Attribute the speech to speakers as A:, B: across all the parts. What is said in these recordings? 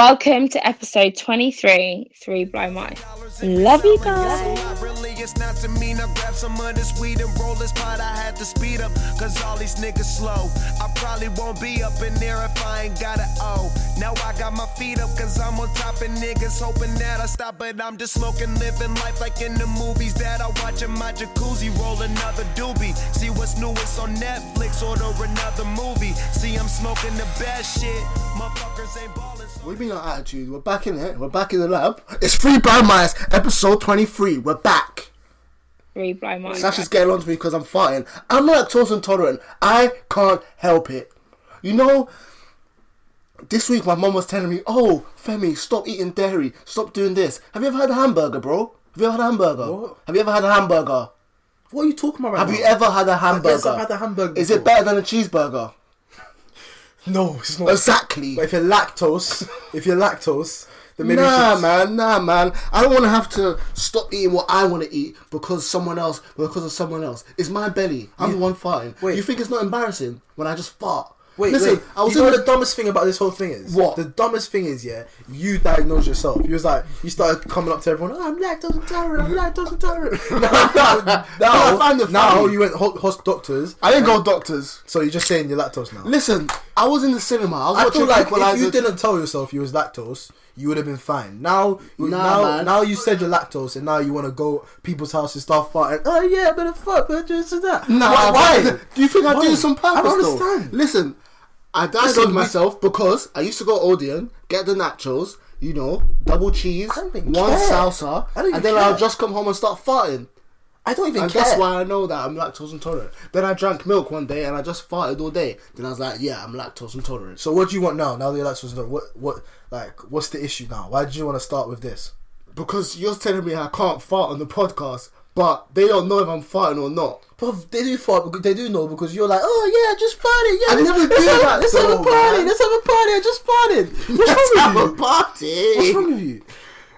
A: Welcome to episode 23, Three Blind Mice. Love you guys.
B: Really, it's not to me. Now grab some of this weed and roll this pot. I had to speed up, cause all these niggas slow. I probably won't be up in there if I ain't got an O. Now I got my feet up, cause I'm on top of niggas. Hoping that I stop, but I'm just smoking, living life like in the movies that I watch in my jacuzzi. Roll another doobie. See what's newest on Netflix, order another movie. See, I'm smoking the best shit. Motherfuckers ain't ballin'. so-
C: We've been on attitude. We're back in it. We're back in the lab. It's Free Blind Mice, episode 23. We're back.
A: Three Blind Mice.
C: Sasha's getting on to me because I'm farting. I'm lactose intolerant. I can't help it. You know, this week my mum was telling me, oh, Femi, stop eating dairy. Stop doing this. Have you ever had a hamburger, bro? Have you ever had a hamburger?
D: What?
C: Have you ever had a hamburger?
D: What are you talking about? Right
C: Have
D: now?
C: you ever had a hamburger?
D: yes, I've had a hamburger
C: Is it
D: before.
C: better than a cheeseburger?
D: No, it's not.
C: Exactly.
D: But if you're lactose, if you're lactose, then maybe you
C: nah,
D: should.
C: man, nah, man. I don't want to have to stop eating what I want to eat because someone else, because of someone else. It's my belly. I'm the one farting.
D: Wait.
C: You think it's not embarrassing when I just fart?
D: Wait,
C: listen.
D: wait.
C: I was
D: you
C: in
D: know
C: the.
D: the dumbest thing about this whole thing is
C: What?
D: The dumbest thing is, yeah, you diagnosed yourself. You was like, you started coming up to everyone. Oh, I'm lactose intolerant. I'm lactose intolerant. now,
C: No, I found
D: now,
C: it
D: now
C: funny.
D: you went ho- host doctors.
C: I didn't go doctors.
D: So you're just saying you're lactose now.
C: Listen, I was in the cinema. I was
D: I
C: watching
D: feel like if
C: Equalizer.
D: you didn't tell yourself you was lactose, you would have been fine. Now, now,
C: man.
D: now you said you're lactose, and now you want to go people's house and start farting. Oh yeah, but the fuck, but this and that.
C: Nah,
D: why? why?
C: but- Do you think I
D: Why?
C: do this on purpose?
D: I don't
C: though?
D: understand.
C: Listen, I diagnosed
D: Listen, we-
C: myself because I used to go Odeon, get the nachos, you know, double cheese,
D: don't even
C: one
D: care.
C: salsa,
D: I don't
C: and
D: even
C: then I'll
D: care.
C: just come home and start farting.
D: I don't even
C: And
D: care.
C: that's why I know that I'm lactose intolerant. Then I drank milk one day and I just farted all day. Then I was like, yeah, I'm lactose intolerant. So,
D: So what do you want now? Now that you're lactose intolerant, what what like what's the issue now? Why did you want to start with this?
C: because you're telling me I can't fart on the podcast, but they don't know if I'm farting or not.
D: But they do fart because they do know because you're like, oh yeah, I just farted.
C: I
D: Yeah, let's-
C: never
D: let's
C: do
D: have,
C: that
D: Let's have
C: though,
D: a party.
C: man.
D: Let's have a party. I just farted. What's
C: Let's
D: wrong
C: have
D: with
C: a
D: you? What's wrong
C: party.
D: with you?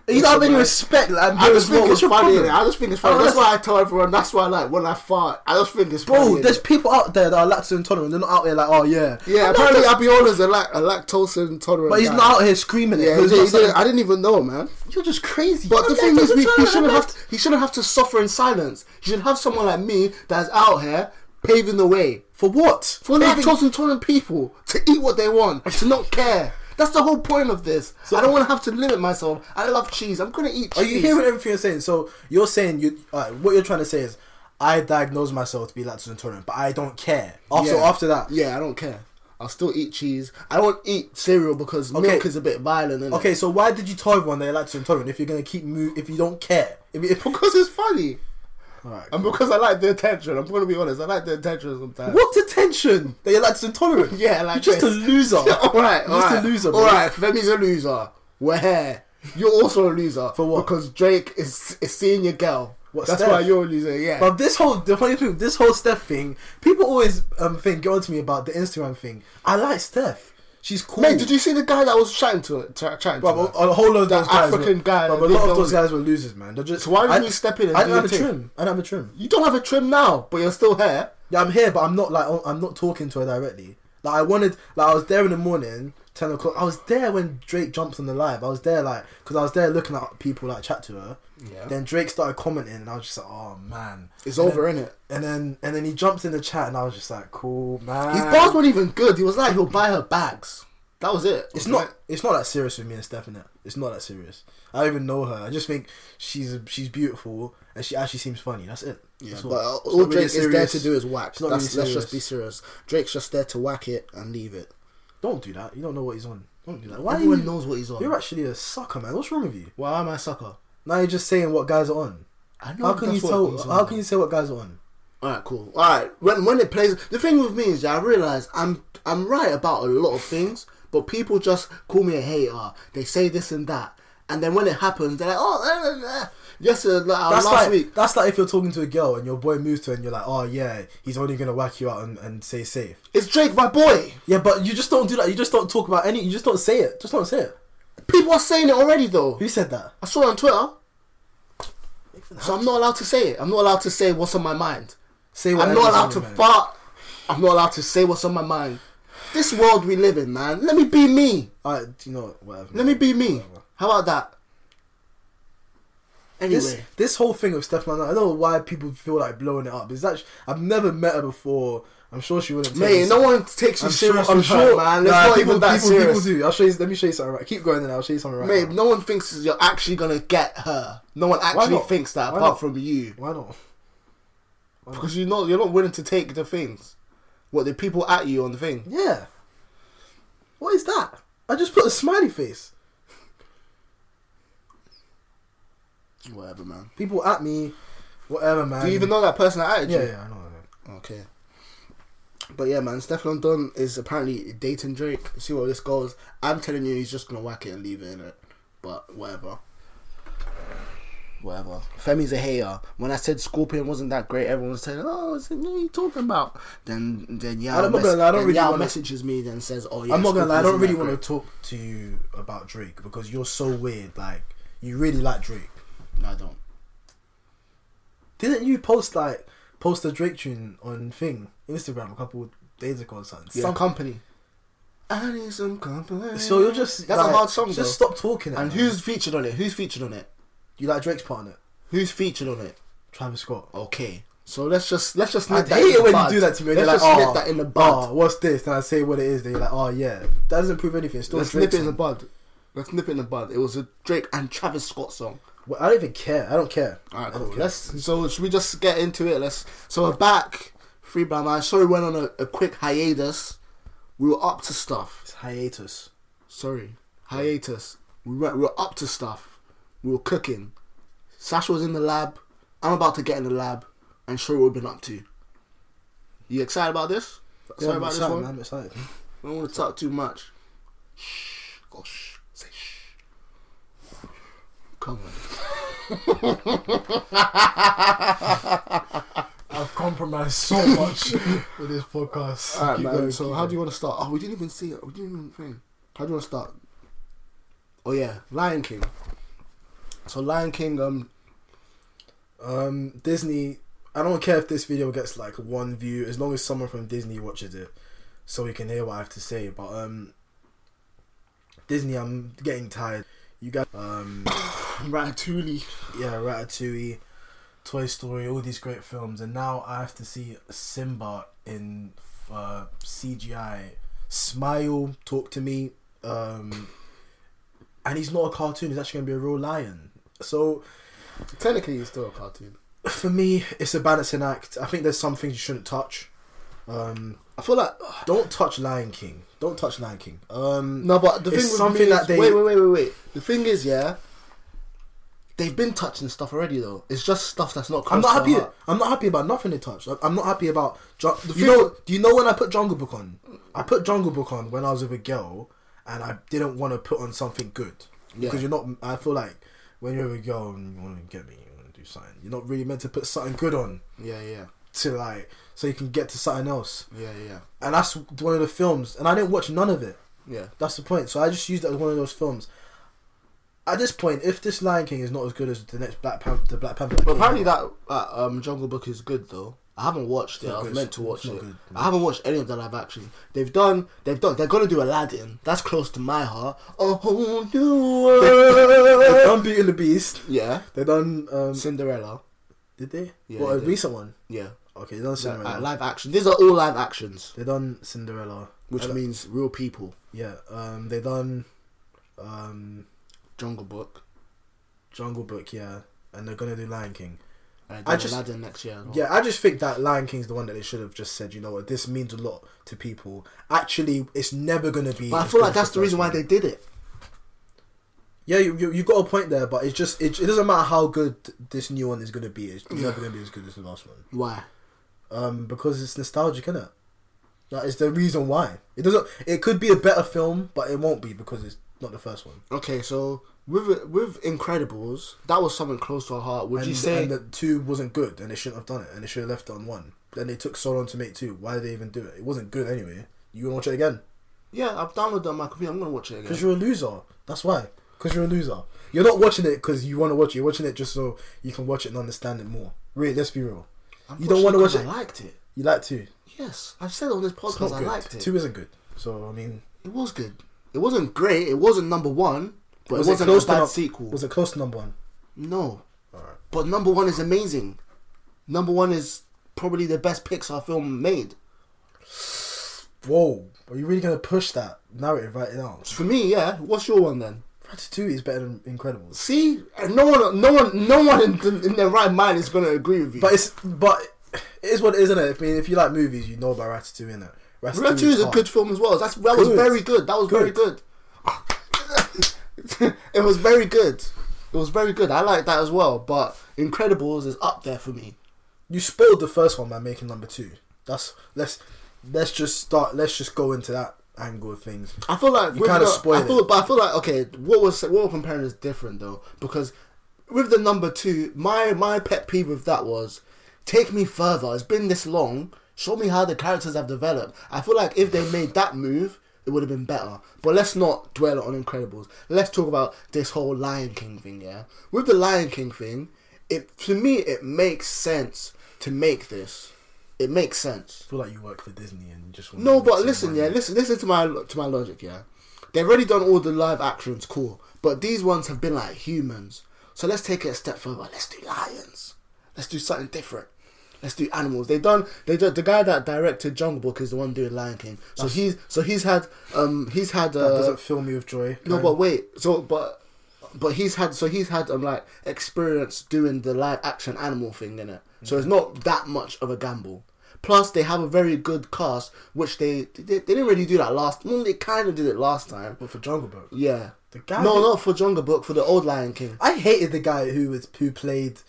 D: You don't have any
C: man.
D: respect. Like,
C: I just think it's
D: your
C: funny.
D: problem?
C: innit? I just think it's funny.
D: Oh,
C: That's
D: that's-
C: why I tell everyone. That's why, like, when I fart, I just think it's funny.
D: Bro, there's
C: innit?
D: people out there that are lactose intolerant. They're not out here like, oh yeah,
C: yeah.
D: I'm
C: Apparently,
D: lactose-
C: Abiola's a, lac- a lactose intolerant.
D: but he's
C: guy.
D: not out here screaming it.
C: Yeah, he
D: 'cause
C: did- he
D: it's like-
C: did- I didn't even know, man.
D: you're just crazy.
C: But the
D: I'm
C: thing
D: lactose
C: is, we, he
D: intolerant,
C: shouldn't
D: I'm
C: have to, he shouldn't have to suffer in silence. You should have someone like me that's out here paving the way
D: for what?
C: for
D: Paving-
C: lactose intolerant people to eat what they want, to not care. That's the whole point of this. I don't want to have to limit myself. I love cheese. I'm gonna eat. Cheese.
D: Are you hearing everything you're saying? So you're saying you uh, what you're trying to say is I diagnose myself to be lactose intolerant, but I don't care. After
C: Yeah.
D: after that,
C: Yeah, I don't care. I'll still eat cheese. I won't eat cereal because
D: Okay.
C: milk is a bit violent. Innit?
D: Okay, so why did you tell everyone that you're lactose intolerant if you're gonna keep move if you don't care? If, if,
C: because it's funny
D: Alright,
C: and because I like the attention. I'm gonna be honest. I like the attention sometimes.
D: what attention that you're lactose intolerant?
C: Yeah, like
D: you're just
C: this.
D: a loser.
C: all right,
D: you're
C: all
D: just
C: right.
D: a loser. Bro.
C: All right, Femi's a loser. We're here. You're also a loser
D: For what?
C: Because Drake is is seeing your girl.
D: What,
C: That's
D: Steph?
C: why you're a loser. Yeah.
D: But this whole the funny thing, this whole Steph thing, people always um think get on to me about the Instagram thing. I like Steph. She's cool.
C: Mate, did you see the guy that was chatting to to- chatting
D: But
C: to? her?
D: a, a whole lot of those guys
C: African
D: were,
C: guy
D: But
C: that
D: a lot
C: did
D: of
C: those-
D: those guys were losers, man. They're just.
C: So why
D: I-
C: didn't you step in and
D: I
C: do
D: don't have a
C: your thing?
D: trim. I don't have a trim.
C: You don't have a trim now, but you're still here.
D: Yeah, I'm here, but I'm not like oh, I'm not talking to her directly. Like I wanted, like I was there in the morning, ten o'clock. I was there when Drake jumped on the live. I was there like because I was there looking at people like chat to her.
C: Yeah.
D: Then Drake started commenting, and I was just like, oh man,
C: It's
D: And
C: over,
D: then-
C: innit?
D: And then and then he jumped in the chat, and I was just like, cool man.
C: His bars weren't even good. He was like, he'll buy her bags. That was it.
D: It's not. It's not that serious with me and Steph. Innit? It's not that serious. I don't even know her. I just think she's she's beautiful and she actually seems funny. That's it.
C: Yeah,
D: That's
C: but
D: all.
C: all,
D: It's not really
C: Drake is there
D: serious.
C: to do is whack.
D: It's not
C: That's,
D: really
C: let's just be
D: serious.
C: serious. Drake's just there to whack it and leave it.
D: Don't do that. You don't know what he's on. Don't do that. Why
C: Everyone
D: you,
C: knows what he's on.
D: You're actually a sucker, man. What's wrong with you?
C: Why am I sucker?
D: Now you're just saying what guys are on.
C: I
D: how can you
C: that's what
D: tell?
C: he's on.
D: How can you say what guys are on?
C: All right, cool. All right, when when it plays, the thing with me is that I realize I'm I'm right about a lot of things, but people just call me a hater. They say this and that, and then when it happens, they're like, oh, eh, eh, eh." yes, uh, like, uh,
D: That's
C: last
D: like
C: week.
D: that's like if you're talking to a girl and your boy moves to her and you're like, oh yeah, he's only gonna whack you out and, and say safe.
C: It's Drake, my boy.
D: Yeah, but you just don't do that. You just don't talk about any. You just don't say it. Just don't say it.
C: People are saying it already though.
D: Who said that?
C: I saw it on Twitter, so I'm not allowed to say it. I'm not allowed to say what's on my mind.
D: Say
C: I'm
D: whatever's
C: not
D: on
C: allowed
D: your
C: to
D: mind.
C: fart. I'm not allowed to say what's on my mind. This world we live in, man. Let me be me.
D: I, you know, what, whatever.
C: Let me be me. How about that? Anyway,
D: This, this whole thing of Steph Mandanda, I don't know why people feel like blowing it up. It's actually, I've never met her before. I'm sure she wouldn't. take
C: mate,
D: this-
C: no one takes you
D: I'm sure,
C: serious.
D: I'm
C: with that,
D: sure,
C: man. Let's
D: Nah,
C: not
D: people,
C: even that
D: people,
C: serious.
D: people do. I'll show you. Let me show you something. Right, keep going, and I'll show you something. Right,
C: Mate,
D: now.
C: no one thinks you're actually gonna get her. No one actually
D: not?
C: thinks that
D: Why
C: apart
D: not?
C: from you,
D: why not?
C: because you know you're not willing to take the things. What the people at you on the thing?
D: Yeah. What is that? I just put a smiley face.
C: Whatever, man.
D: People at me, whatever, man.
C: Do you even know that person that added
D: Yeah,
C: you?
D: yeah, I know. I know.
C: Okay. But yeah, man, Stefan Dunn is apparently dating Drake. See where this goes. I'm telling you, he's just gonna whack it and leave it in it. But whatever. Whatever. Femi's a hater. When I said Scorpion wasn't that great, everyone said, "Oh, it's- what are you talking about?" Then, then yeah,
D: I'm not gonna lie, I don't really
C: Yao
D: wanna-
C: messages me then says, "Oh, yeah."
D: I'm not gonna lie. I don't
C: Scorpion
D: really
C: wasn't
D: want
C: that
D: to talk to you about Drake because you're so weird. Like, you really like Drake.
C: great." No, I don't.
D: Didn't you post like post a Drake tune on thing Instagram a couple days ago or something?
C: Some company. I need some company.
D: so you're just
C: that's
D: like,
C: a hard song.
D: Just
C: though.
D: stop talking.
C: And who's featured on it? Who's featured on it?
D: you like Drake's partner?
C: Who's featured on it?
D: Travis Scott.
C: okay. So let's just let's just
D: I
C: nip Oh, that in
D: hate
C: the
D: it when
C: bud.
D: you do that to me. and
C: Let's
D: They're
C: just
D: like,
C: nip
D: oh,
C: that in the bud.
D: oh, what's this? And I say what it is. They're like, oh yeah, that doesn't prove anything. It's still
C: let's nip
D: Drake's
C: it in the
D: song.
C: bud. Let's nip it in the bud. It was a Drake and Travis Scott song.
D: Well, I don't even care. I don't care.
C: All right,
D: I don't
C: cool.
D: care.
C: Let's so should we just get into it? Let's. So we're back. Free by man. Sorry, went on a, a quick hiatus. We were up to stuff.
D: It's hiatus.
C: Sorry, hiatus. We were, we were up to stuff. We were cooking. Sasha was in the lab. I'm about to get in the lab and show you what we've been up to. You excited about this?
D: Yeah,
C: Sorry
D: I'm
C: about this
D: excited,
C: one.
D: man. I'm excited.
C: I don't want to talk too much. Shh. Go shh. Say shh. Come on.
D: I've compromised so much with this podcast.
C: All right, man. so, how do you want to start? Oh, we didn't even see it. We didn't even think. How do you want to start? Oh yeah, Lion King. So Lion King. Um.
D: Um, Disney. I don't care if this video gets like one view, as long as someone from Disney watches it, so we can hear what I have to say. But um, Disney, I'm getting tired. You guys, um,
C: Ratatouille.
D: yeah, Ratatouille, Toy Story, all these great films, and now I have to see Simba in uh, CGI. Smile, talk to me. Um, and he's not a cartoon. He's actually gonna be a real lion. So
C: Technically, it's still a cartoon.
D: for me, it's a balancing act. I think there's some things you shouldn't touch. Um,
C: I feel like
D: don't touch Lion King. Don't touch Lion King. Um,
C: no, but the
D: It's
C: thing with
D: something
C: me
D: that
C: is-
D: they-
C: wait, wait, wait, wait, wait. The thing is, yeah, they've been touching stuff already though. It's just stuff that's not.
D: I'm
C: close
D: not
C: to
D: happy.
C: our heart.
D: I'm not happy about nothing they touched. I- I'm not happy about. Ju-
C: thing-
D: you know? Do you know when I put Jungle Book on? I put Jungle Book on when I was with a girl, and I didn't want to put on something good
C: Yeah.
D: because you're not. I feel like when you're with a girl and you want to get me, you want to do something. You're not really meant to put something good on
C: Yeah, yeah,
D: to like so you can get to something else.
C: yeah, yeah,
D: And that's one of the films. And I didn't watch none of it.
C: yeah.
D: That's the point. So I just used it as one of those films. At this point, if this Lion King is not as good as the next Black Panther, the Black Panther,
C: But apparently that uh, um, Jungle Book is good though. I haven't watched it. I
D: not
C: was
D: good.
C: meant to watch
D: It's not
C: it.
D: good.
C: I haven't watched any of the live action. They've done. They've done. They're gonna do Aladdin. That's close to my heart. A whole new
D: they've
C: world.
D: done Beauty and the Beast.
C: yeah.
D: They done um,
C: Cinderella.
D: did they?
C: Yeah,
D: what
C: they
D: a
C: did.
D: recent one?
C: Yeah.
D: Okay, they done Cinderella.
C: Uh, live action. These are all live actions,
D: they done Cinderella.
C: which
D: I don't-
C: means real people.
D: yeah. Um, they done um,
C: Jungle Book.
D: Jungle Book, yeah, and they're gonna do Lion King.
C: And
D: I
C: then
D: just-
C: Uh, Aladdin next year. as well.
D: Yeah, I just think that Lion King's the one that they should have just said. You know what? This means a lot to people. Actually, it's never gonna be.
C: But I
D: as
C: feel
D: good
C: like
D: as
C: that's the
D: first
C: reason why
D: one.
C: they did it.
D: Yeah, you, you, you got a point there, but it's just it, it doesn't matter how good this new one is gonna be. It's never gonna be as good as the last one.
C: Why?
D: Um, because it's nostalgic, innit? That is the reason why it doesn't. It could be a better film, but it won't be because it's not the first one.
C: Okay, so with with Incredibles, that was something close to our heart. Would
D: And,
C: you say
D: and that two wasn't good, and they shouldn't have done it, and they should have left it on one. Then they took so long to make two. Why did they even do it? It wasn't good anyway. You gonna watch it again?
C: Yeah, I've downloaded it on my computer. I'm gonna watch it
D: Because
C: again.
D: you're a loser. That's why. Because you're a loser. You're not watching it because you want to watch it. You're watching it just so you can watch it and understand it more. Really, let's be real.
C: I'm
D: you don't
C: watching
D: wanna
C: it 'cause
D: watch it?
C: I liked it.
D: You like two.
C: Yes, I've said on this
D: It's not
C: podcast I
D: good.
C: liked it.
D: Two isn't good. It's So I mean,
C: It was good. It wasn't great. It wasn't number one, but it wasn't a bad
D: num-
C: sequel.
D: Was it close to number one?
C: No,
D: Alright.
C: but number one is amazing. Number one is probably the best Pixar film made.
D: Whoa, are you really gonna push that narrative right now?
C: For me, yeah. What's your one then?
D: Ratatouille is better than Incredibles,
C: See, and no one, no one, no one in, in their right mind is gonna agree with you.
D: but it's but it is what it is, isn't it? I mean, if you like movies, you know about Ratatouille, innit?
C: Ratatouille is a
D: hard.
C: good film as well. That's that was
D: Good.
C: very good. That was very good. it was very good. It was very good. I like that as well. But Incredibles is up there for me.
D: You spoiled the first one by making number two. That's let's let's just start. Let's just go into that angle of things.
C: I feel like
D: You
C: with
D: kinda
C: the-
D: spoiled
C: I feel,
D: it.
C: but I feel like okay, what was what we're comparing is different though because with the number two, my my pet peeve with that was take me further. It's been this long. Show me how the characters have developed. I feel like if they made that move, it would have been better. But let's not dwell on Incredibles. Let's talk about this whole Lion King thing. Yeah, with the Lion King thing, it to me it makes sense to make this. It makes sense.
D: I feel like you work for Disney and you just want
C: No, but listen, yeah, listen, listen to my to my logic, yeah. They've already done all the live actions, cool, but these ones have been like humans. So let's take it a step further. Let's do lions. Let's do something different. Let's do animals. They done. They done, the guy that directed Jungle Book is the one doing Lion King. So he's so he's had um he's had
D: That
C: uh,
D: doesn't fill me with joy.
C: no, but wait. So, but but he's had so he's had um like experience doing the live action animal thing in it. So it's not that much of a gamble. Plus, they have a very good cast, which they they, they didn't really do that last. Well, they kind of did it last time.
D: But for Jungle Book,
C: Yeah.
D: The guy
C: no,
D: who-
C: not for Jungle Book, for the old Lion King.
D: I hated the guy who was who played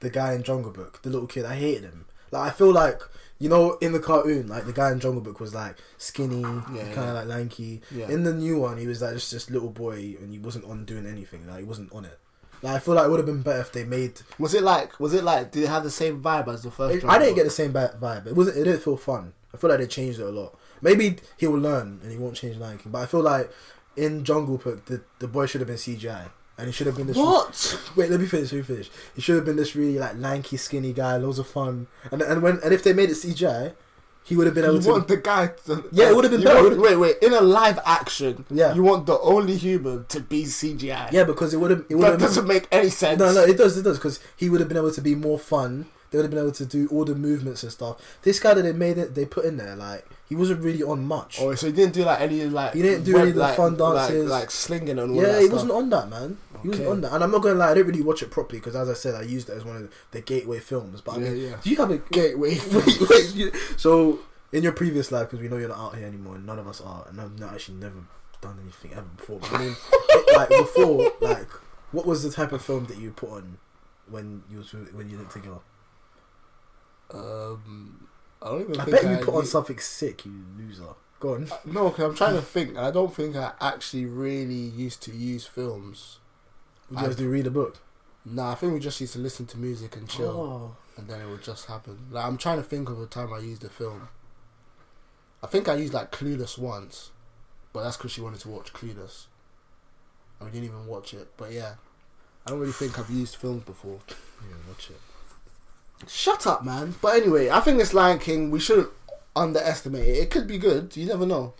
D: the guy in Jungle Book, the little kid. I hated him. Like I feel like you know in the cartoon, like the guy in Jungle Book was like skinny, kind
C: yeah.
D: of like lanky.
C: Yeah.
D: In the new one, he was like just this little boy, and he wasn't on doing anything. Like he wasn't on it. Like I feel like it would have been better if they made.
C: Was it like? Was it like? Did it have the same vibe as the first?
D: I
C: Jungle
D: didn't get
C: Book?
D: the same ba- vibe. It wasn't. It didn't feel fun. I feel like they changed it a lot. Maybe he will learn and he won't change Lion King. But I feel like in Jungle Book, the the boy should have been CGI and he should have been this.
C: What?
D: Wait, let me finish. Let me finish. He should have been this really like lanky, skinny guy, loads of fun. And and when and if they made it CGI, he would have been able
C: You
D: to.
C: want the guy to,
D: Yeah, it would've been
C: you
D: better.
C: want- wait, wait. In a live action,
D: Yeah.
C: you want the only human to be CGI.
D: Yeah, because it would have. It would
C: that
D: have.
C: doesn't make any sense.
D: No, no, it does. It does because he would have been able to be more fun. They would have been able to do all the movements and stuff. This guy that they made it, they put in there like he wasn't really on much.
C: Oh, so he didn't do like any like
D: He didn't do any of the fun dances.
C: like, like slinging and all that.
D: yeah, he
C: stuff.
D: wasn't on that man. He wasn't
C: Okay.
D: on that, and I'm not gonna lie, I didn't really watch it properly because, as I said, I used it as one of the gateway films. But I
C: Yeah,
D: mean,
C: yeah.
D: do you have a
C: gateway.
D: wait, wait. you- so in your previous life, because we know you're not out here anymore, and none of us are, and I've not actually never done anything ever before. But I mean, it- like before, like what was the type of film that you put on when you was when you lived together?
C: um, I don't even.
D: I
C: think
D: bet you put on
C: knew-
D: something sick, you loser. Go on.
C: No, because I'm trying to think. I don't think I actually really used to use films.
D: Would you guys do read a book?
C: Nah, I think we just used to listen to music and
D: Oh.
C: chill, and then it would just happen. Like I'm trying to think of a time I used a film. I think I used like Clueless once, but that's because she wanted to watch Clueless. I didn't even watch it, but yeah, I don't really think I've used films before.
D: Yeah, watch it.
C: Shut up, man. But anyway, I think this Lion King, we shouldn't underestimate it. It could be good. You never know.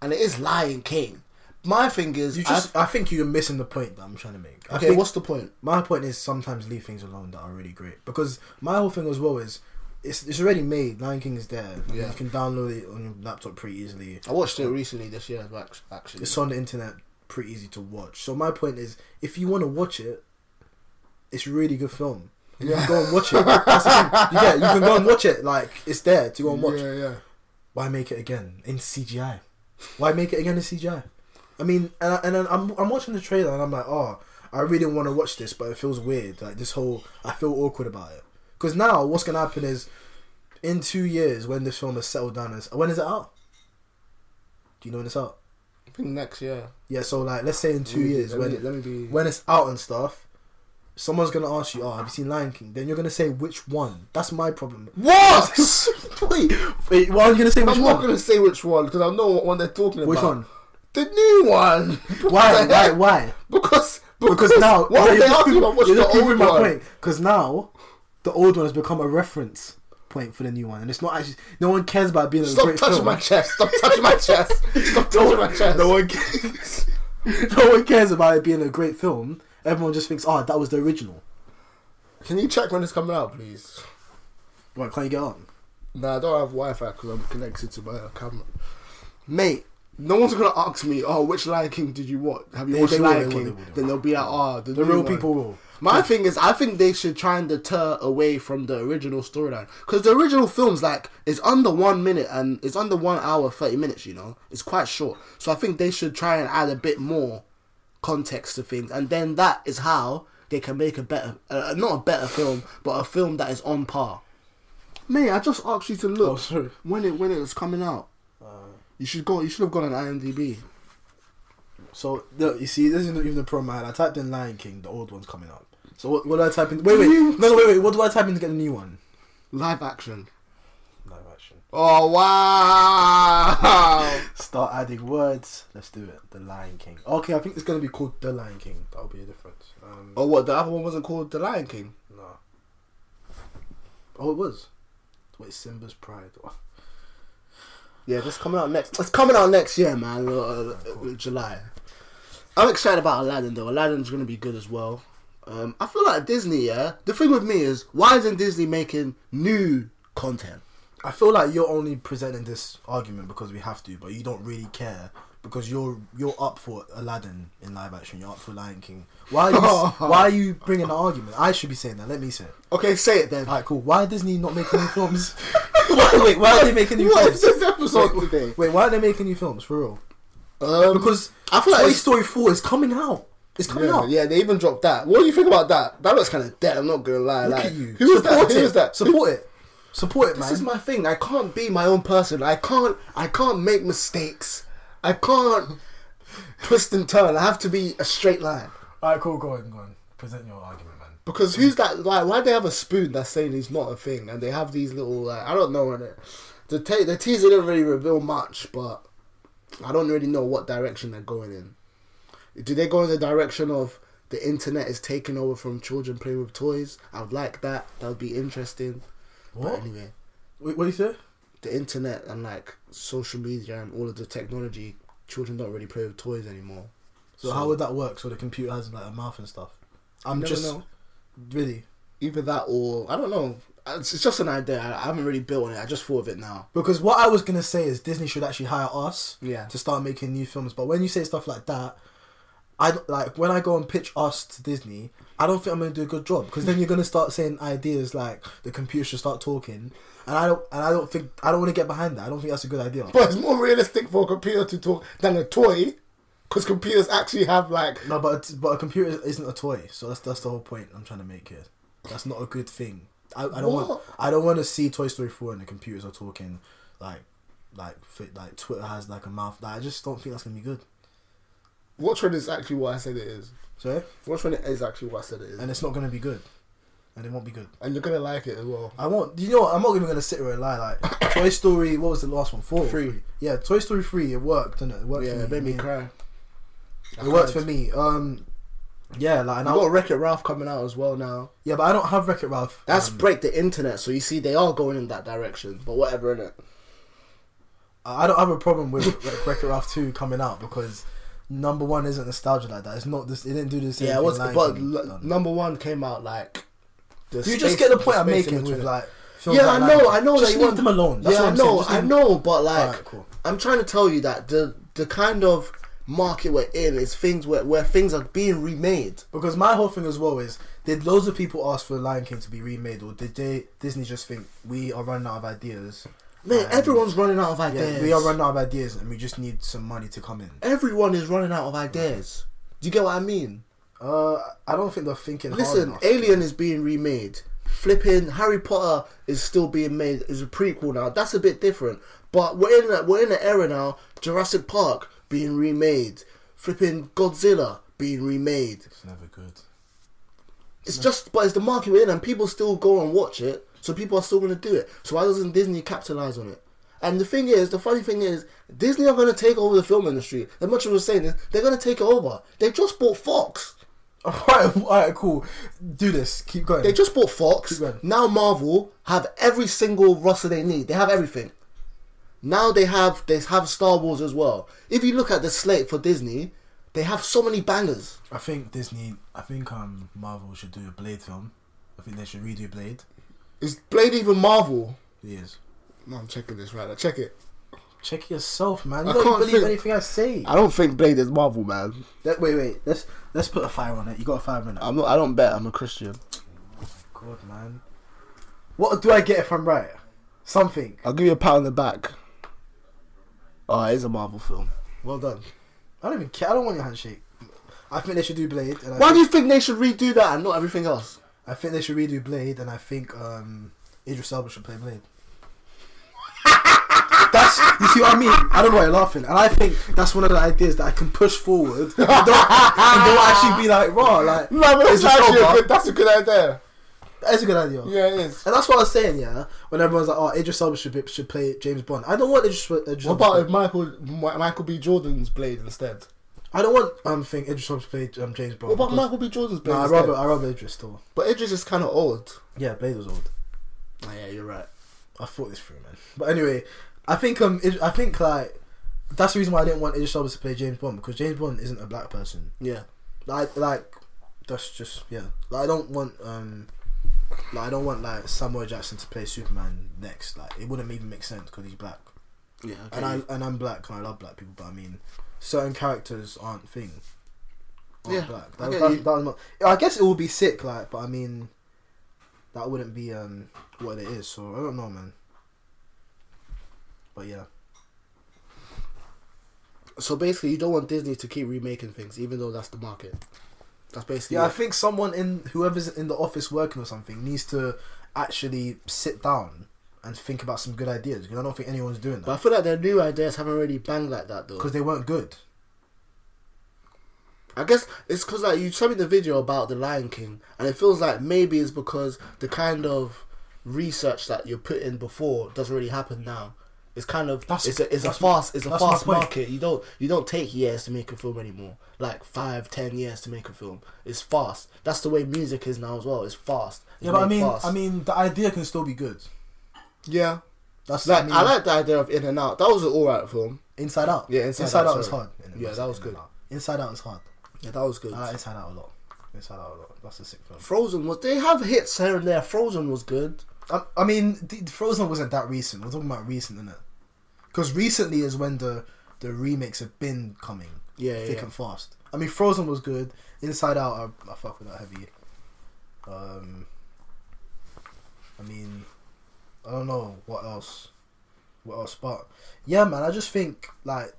C: And it is Lion King. My thing is,
D: You
C: I-
D: just, I, think you're missing the point that I'm trying to make. I
C: okay,
D: think-
C: what's the point?
D: my point is sometimes leave things alone that are really great because my whole thing as well is it's, it's already made Lion King is there I mean,
C: Yeah.
D: you can download it on your laptop pretty easily
C: I watched it recently this year, act- actually.
D: it's on the internet pretty easy to watch so my point is if you want to watch it it's really good film you can go and watch it That's the thing. You get it. you can go and watch it like it's there to go and watch
C: Yeah, yeah.
D: why make it again in CGI? Why make it again in CGI? I mean, and, I, and then I'm, I'm watching the trailer and I'm like, oh, I really want to watch this, but it feels weird. Like this whole, I feel awkward about it. Because now what's gonna happen is, in two years when this film has settled down, is when is it out? Do you know when it's out?
C: I think next year.
D: Yeah, so like let's say in two
C: Let me-
D: years
C: let
D: when
C: me- let me be-
D: when it's out and stuff, someone's gonna ask you, "Oh, have you seen Lion King?" Then you're gonna say which one. That's my problem.
C: What?
D: Wait, wait, why are you gonna say which
C: I'm
D: one?
C: not going to say which one because I know what one they're talking
D: Which
C: about.
D: one?
C: The new one.
D: Why?
C: What the
D: Why?
C: heck?
D: Why?
C: Because,
D: Because now,
C: Why
D: no,
C: would
D: you're
C: they
D: just
C: ask me
D: proving-
C: about watching
D: you're
C: the
D: just proving
C: old
D: my
C: one?
D: point. Because now, the old one has become a reference. point for the new one, and it's not actually no one cares about being a
C: Stop
D: great
C: touching
D: film.
C: my chest. Stop touching my chest. Stop touching my chest.
D: No one cares. no one cares about it being a great film. Everyone just thinks, oh, that was the original.
C: Can you check when it's coming out, please?
D: Right? Can't you get on?
C: Nah, I don't have Wi-Fi because I'm connected to my uh, camera. Mate, no one's gonna ask me. Oh, which Lion King did you watch? Have you
D: They-
C: watched
D: they will, they
C: Lion
D: will,
C: King?
D: they will, they
C: Then they'll be like, oh, the,
D: The
C: new
D: real
C: one.
D: people will.
C: My thing is, I think they should try and deter away from the original storyline because the original film's like it's under one minute and it's under one hour thirty minutes. You know, it's quite short. So I think they should try and add a bit more context to things, and then that is how they can make a better, uh, not a better film, but a film that is on par. Mate, I just asked you to look
D: Oh, sorry.
C: when it when it was coming out. you should go. You should have gone on IMDb.
D: So look, you see, this isn't even the problem I had. I typed in Lion King, the old one's coming up. So what, what do I type in? Wait, wait,
C: You-
D: no, no, wait, wait. What do I type in to get the new one?
C: Live action.
D: Live action.
C: Oh wow!
D: Start adding words. Let's do it. The Lion King. Okay, I think it's gonna be called The Lion King. That'll be a difference. Um,
C: Oh, what? The other one wasn't called The Lion King?
D: No. Oh, it was. Wait, Simba's Pride. Oh,
C: Yeah, that's coming out next. It's coming out next year, man. Uh, uh, July. I'm excited about Aladdin, though. Aladdin's going to be good as well. Um, I feel like Disney, yeah? The thing with me is, why isn't Disney making new content?
D: I feel like you're only presenting this argument because we have to, but you don't really care because you're you're up for Aladdin in live action. You're up for Lion King. Why are you, why are you bringing the argument? I should be saying that. Let me say it.
C: Okay, say it then.
D: Alright, cool. Why is Disney not making new films? why, wait, why are they making new
C: What
D: films?
C: is this episode
D: Wait,
C: today?
D: Wait, why are they making new films for real?
C: Um,
D: Because
C: I feel like
D: Toy
C: it's-
D: Story Four is coming out. It's coming
C: yeah,
D: out.
C: yeah, they even dropped that. What do you think about that? That looks kind of dead. I'm not gonna lie.
D: Look
C: like,
D: at you.
C: Who is
D: Support
C: that? Who
D: it.
C: is that?
D: Support it. Support it, man.
C: This is my thing. I can't be my own person. I can't. I can't make mistakes. I can't twist and turn. I have to be a straight line.
D: Alright, cool. Go on, go on. Present your argument, man.
C: Because who's that? Like, why they have a spoon that's saying he's not a thing, and they have these little like I don't know on it. The ta the teaser didn't really reveal much, but I don't really know what direction they're going in. Do they go in the direction of the internet is taking over from children playing with toys? I would like that. That would be interesting.
D: What?
C: But anyway,
D: Wait, what do you say?
C: the internet and like social media and all of the technology, children don't really play with toys anymore.
D: So, how would that work? So the computer has like a mouth and stuff. I'm
C: never
D: just
C: know.
D: really
C: Either that or I don't know. Uh, It's, it's just an idea. I, I haven't really built on it. I just thought of it now.
D: because what I was gonna say is Disney should actually hire us
C: Yeah.
D: to start making new films. But when you say stuff like that, I don't- like when I go and pitch us to Disney. I don't think I'm gonna do a good job because then you're gonna start saying ideas like the computer should start talking, and I don't and I don't think I don't want to get behind that. I don't think that's a good idea.
C: But it's more realistic for a computer to talk than a toy, because computers actually have like.
D: No, but a, but a computer isn't a toy, so that's that's the whole point I'm trying to make here. That's not a good thing. I, I don't want
C: What?
D: I don't want to see Toy Story four and the computers are talking like like fit- like Twitter has like a mouth. Like, I just don't think that's gonna be good.
C: Watch when is actually what I said it is.
D: So
C: Watch when it is actually what I said it is,
D: and
C: and,
D: it's not gonna be good, and it won't be good.
C: you're gonna like it as well.
D: I won't. You know what? I'm not even gonna sit here and lie. Like Toy Story, what was the last one? Four, or
C: Three.
D: Yeah, Toy Story three. It worked, didn't it? It worked.
C: Yeah,
D: for
C: it made me
D: Yeah.
C: cry.
D: It worked for me. Um, yeah, like and
C: I
D: I,
C: got Wreck It Ralph coming out as well now.
D: yeah, but I don't have Wreck It Ralph.
C: That's
D: um,
C: break the internet, so you see they are going in that direction. But whatever in it.
D: I don't have a problem with Wreck- Wreck-It Ralph two coming out because number one isn't nostalgia like that. It's not this. It didn't do this.
C: Yeah, it was, but l- number one came out like. The
D: you
C: space-
D: just get the point
C: the
D: I'm
C: space
D: making
C: in
D: with
C: between.
D: like. films
C: Yeah,
D: like
C: I
D: Lion
C: know,
D: King.
C: I know.
D: Just
C: that you
D: leave
C: want-
D: them alone. That's
C: yeah,
D: what I'm
C: I know,
D: saying. Just
C: I
D: leave-
C: know, but like,
D: Alright, cool.
C: I'm trying to tell you that the the kind of market we're in is things where where things are being remade.
D: Because my whole thing as well is, did loads of people ask for Lion King to be remade, or did they Disney just think we are running out of ideas?
C: Man,
D: and-
C: everyone's running out of
D: yeah,
C: ideas.
D: we are running out of ideas, and we just need some money to come in.
C: Everyone is running out of ideas. Do you get what I mean?
D: Uh, I don't think they're thinking. hard
C: Listen,
D: enough.
C: Alien is being remade. Flipping Harry Potter is still being made as a prequel now. That's a bit different. But we're in a, we're in an era now. Jurassic Park being remade. Flipping Godzilla being remade.
D: It's never good.
C: It's just, but it's the market we're in, and people still go and watch it, so people are still going to do it. So why doesn't Disney capitalize on it? And the thing is, the funny thing is, Disney are going to take over the film industry. As much as we're saying this, they're going to take it over. They just bought Fox.
D: Alright, alright, cool. Do this. Keep going.
C: They just bought Fox.
D: Keep going.
C: Now Marvel have every single roster they need. They have everything. Now they have they have Star Wars as well. If you look at the slate for Disney, they have so many bangers.
D: I think Disney. I think um Marvel should do a Blade film. I think they should redo Blade.
C: Is Blade even Marvel?
D: Yes.
C: No, I'm checking this right now. Check it.
D: Check yourself, man.
C: I
D: You don't
C: can't
D: believe
C: think-
D: anything I say.
C: I don't think Blade is Marvel, man.
D: Let- wait, wait. Let's let's put a fire on it. You got a fire on it.
C: I'm not. I don't bet. I'm a Christian.
D: God, man. What do I get if I'm right? Something.
C: I'll give you a pat on the back. Oh, it is a Marvel film. Well done.
D: I don't even care. I don't want your handshake. I think they should do Blade. And I
C: Why
D: think,
C: do you think they should redo that and not everything else?
D: I think they should redo Blade, and I think um, Idris Elba should play Blade. That's you see what I mean. I don't know why you're laughing, and I think that's one of the ideas that I can push forward. And don't, and don't actually be like raw. Like it's just over.
C: that's a good idea.
D: That's a good idea.
C: Yeah, it is.
D: And that's what I was saying, yeah. When everyone's like, "Oh, Idris Elba should be, should play James Bond," I don't want Idris. Idris
C: What
D: Elba to
C: about
D: play-
C: if Michael Mi- Michael B. Jordan's Blade instead?
D: I don't want um thing Idris Elba to play um, James Bond.
C: What about
D: because-
C: Michael B. Jordan's Blade
D: No, I
C: instead?
D: rather I rather Idris still.
C: But Idris is kind of old.
D: Yeah, Blade was old.
C: Oh, yeah, you're right.
D: I thought this through, man. But anyway, I think um Id- I think like that's the reason why I didn't want Idris Elba to play James Bond because James Bond isn't a black person.
C: Yeah.
D: Like like that's just yeah. Like I don't want um. Like I don't want like Samuel Jackson to play Superman next. Like it wouldn't even make sense because he's black.
C: Yeah.
D: and I and I'm black and I love black people, but I mean, certain characters aren't thing. Aren't
C: Yeah,
D: black.
C: I
D: That,
C: get
D: that-
C: you.
D: that was not- I guess it would be sick, like, but I mean, that wouldn't be um what it is. So I don't know, man. But yeah,
C: so basically, you don't want Disney to keep remaking things, even though that's the market. That's basically.
D: yeah, I think someone in whoever's in the office working or something needs to actually sit down and think about some good ideas because I don't think anyone's doing
C: But I
D: that
C: feel like their new ideas haven't really banged like that though.
D: because they weren't good.
C: I guess it's because like you showed me the video about the Lion King, and it feels like maybe it's because the kind of research that you put in before doesn't really happen now. It's kind of
D: That's-
C: it's a it's a
D: that's-
C: fast it's a
D: that's my
C: fast
D: point.
C: market. You don't you don't take years to make a film anymore. Like five ten years to make a film. It's fast. That's the way music is now as well. It's fast. It's
D: Yeah, but I
C: made
D: mean,
C: fast.
D: I mean, the idea can still be good.
C: yeah.
D: That's
C: Like
D: I, mean,
C: I like the idea of In and Out. That was an alright film.
D: Inside Out.
C: Yeah, Inside
D: Inside
C: Out,
D: Out, is
C: sorry.
D: hard.
C: Yeah, that was good.
D: Out. Inside Out is hard.
C: Yeah, that was good.
D: I like Inside Out a lot. Inside Out a lot. That's a sick film.
C: Frozen was. They have hits here and there. Frozen was good.
D: I, I mean, the, the Frozen wasn't that recent. We're talking about recent, isn't it? Because recently is when the the remakes have been coming.
C: Yeah,
D: thick
C: yeah.
D: and fast. I mean, Frozen was good. Inside Out, I, I fuck with that heavy. Um, I mean, I don't know what else, what else, but yeah, man, I just think like,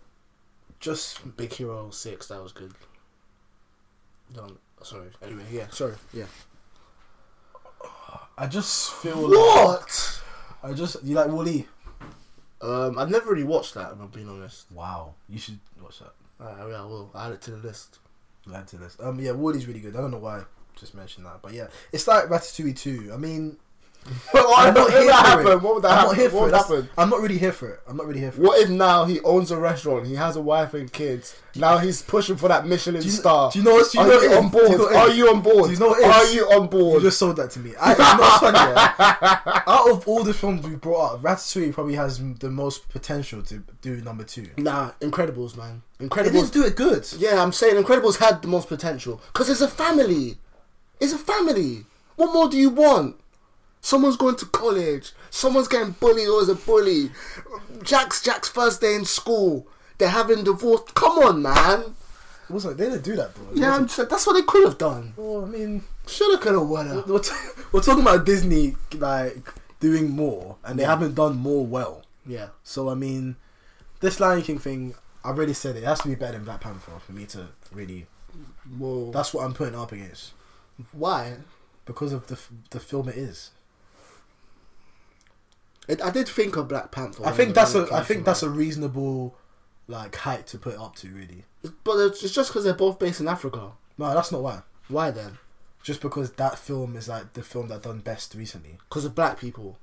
D: just
C: Big Hero Six, that was good. Don't sorry. Anyway, yeah, sorry, yeah.
D: I just feel like-
C: What?
D: I just you like Wooly.
C: Um, I've never really watched that. If I'm being honest,
D: Wow, you should watch that.
C: I, I will add it to the list.
D: Add to this. Um, yeah, Wooly's really good. I don't know why I just mentioned that, but yeah, it's like Ratatouille two. I mean,
C: what,
D: I'm not here for it.
C: What would
D: I'm not here
C: What
D: for it.
C: would
D: That's-
C: happen?
D: I'm not really here for it. I'm not really here for it.
C: What if now he owns a restaurant? He has a wife and kids. Now he's pushing for that Michelin
D: Do you-
C: star.
D: do you know what- do you
C: Are
D: know
C: you
D: what it
C: on
D: is? Do you know
C: board?
D: what it
C: Are
D: is?
C: you on board?
D: Do you know what it
C: Are
D: is?
C: you on
D: You
C: board?
D: just sold that to me. I, you know what's funny, yeah? Out of all the films we brought up, Ratatouille probably has m- the most potential to do number two.
C: Nah, Incredibles, man.
D: It
C: Incredibles.
D: didn't do it good.
C: Yeah, I'm saying Incredibles had the most potential because it's a family. It's a family. What more do you want? Someone's going to college. Someone's getting bullied or is a bully. Jack's Jack's first day in school. They're having divorce. Come on, man.
D: It wasn't. They didn't do that, bro. It
C: Yeah, I'm
D: wasn't-
C: just, that's what they could have done.
D: Well, I mean,
C: Should have, could have, would have.
D: we're, t- we're talking about Disney like doing more, and they haven't done more well.
C: Yeah.
D: So I mean, this Lion King thing, I really said it, it has to be better than Black Panther for me to really.
C: Whoa.
D: That's what I'm putting it up against
C: Why?
D: because of the f- the film it is.
C: It, I did think of Black Panther.
D: I think that's a I think that's a reasonable like height to put it up to really.
C: But it's just because they're both based in Africa.
D: No, that's not why.
C: Why then?
D: Just because that film is like the film that done best recently.
C: Because of black people.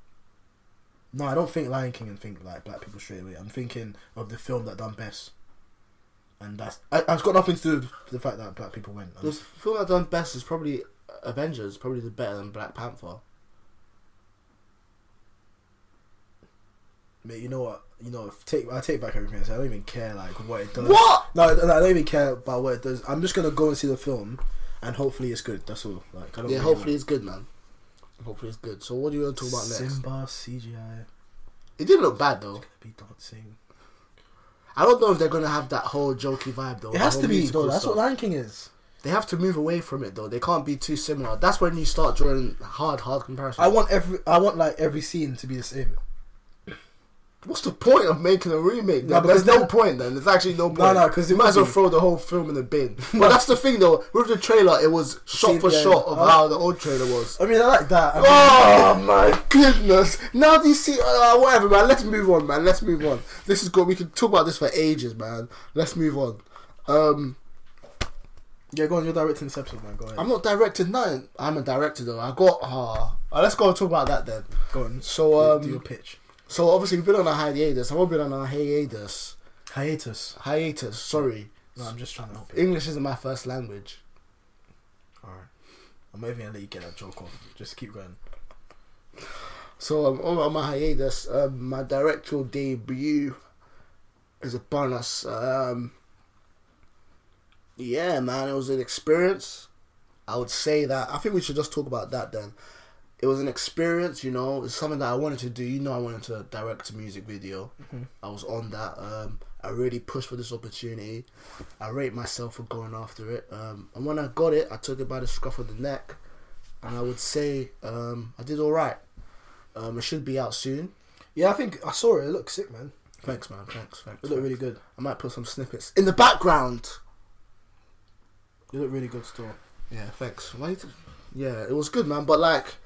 D: No, I don't think Lion King and think like black people straight away. I'm thinking of the film that done best. and that's I, that's got nothing to do with the fact that black people went.
C: The film I've done best is probably uh, Avengers, probably the better than Black Panther.
D: Mate, you know what? You know, if- take I take back everything. I said. I don't even care like what it does.
C: What?
D: No, I don't- I don't even care about what it does. I'm just gonna go and see the film, and hopefully it's good. That's all. Like, I don't
C: Yeah,
D: really
C: hopefully it's good, man. Hopefully it's good. So what do you want to
D: know.
C: talk about next?
D: Simba CGI
C: It didn't look bad though.
D: be dancing.
C: I don't know if they're gonna have that whole jokey vibe though.
D: It has
C: that
D: to
C: whole
D: be.
C: musical
D: No, that's
C: stuff.
D: what Lion King is.
C: They have to move away from it though. They can't be too similar. That's when you start drawing hard, hard comparisons.
D: I want every. I want like every scene to be the same.
C: What's the point of making a remake?
D: No,
C: then?
D: because
C: There's no
D: then-
C: point then. There's actually no point.
D: no, 'cause
C: you
D: it
C: might as well
D: would be-
C: throw the whole film in the bin. but that's the thing though. With the trailer, it was shot
D: See,
C: for
D: yeah.
C: shot of
D: Oh.
C: how the old trailer was.
D: I mean, I like that. I mean,
C: Oh my goodness! Now do you see? Uh, whatever, man. Let's move on, man. Let's move on. This is good. We can talk about this for ages, man. Let's move on. Um,
D: Yeah, go on. You're directing this episode, man. Go ahead.
C: I'm not directing nothing. I'm a director though. I got. ah. Uh, let's go and talk about that then.
D: Go on.
C: So
D: Do-
C: um,
D: do your pitch.
C: so obviously we've been on a hiatus. I've been on a hiatus.
D: Hiatus.
C: Hiatus. Sorry.
D: No, I'm just trying to help you.
C: English isn't my first language.
D: All right. I'm not even gonna let you get that joke off. Just keep going.
C: So um, on, on my hiatus, um, my directorial debut is upon us. Um, yeah, man, it was an experience. I would say that. I think we should just talk about that then. It was an experience, you know. It's something that I wanted to do. You know, I wanted to direct a music video. I was on that. Um, I really pushed for this opportunity. I rate myself for going after it. Um, and when I got it, I took it by the scruff of the neck, and I would say um, I did all right. Um, it should be out soon.
D: Yeah, I think I saw it. It looked sick, man.
C: Thanks, man. Thanks. Thanks.
D: It looked
C: thanks.
D: really good.
C: I might put some snippets in the background.
D: It looked really good still.
C: Yeah. Thanks. Why? did- Yeah, it was good, man. But like,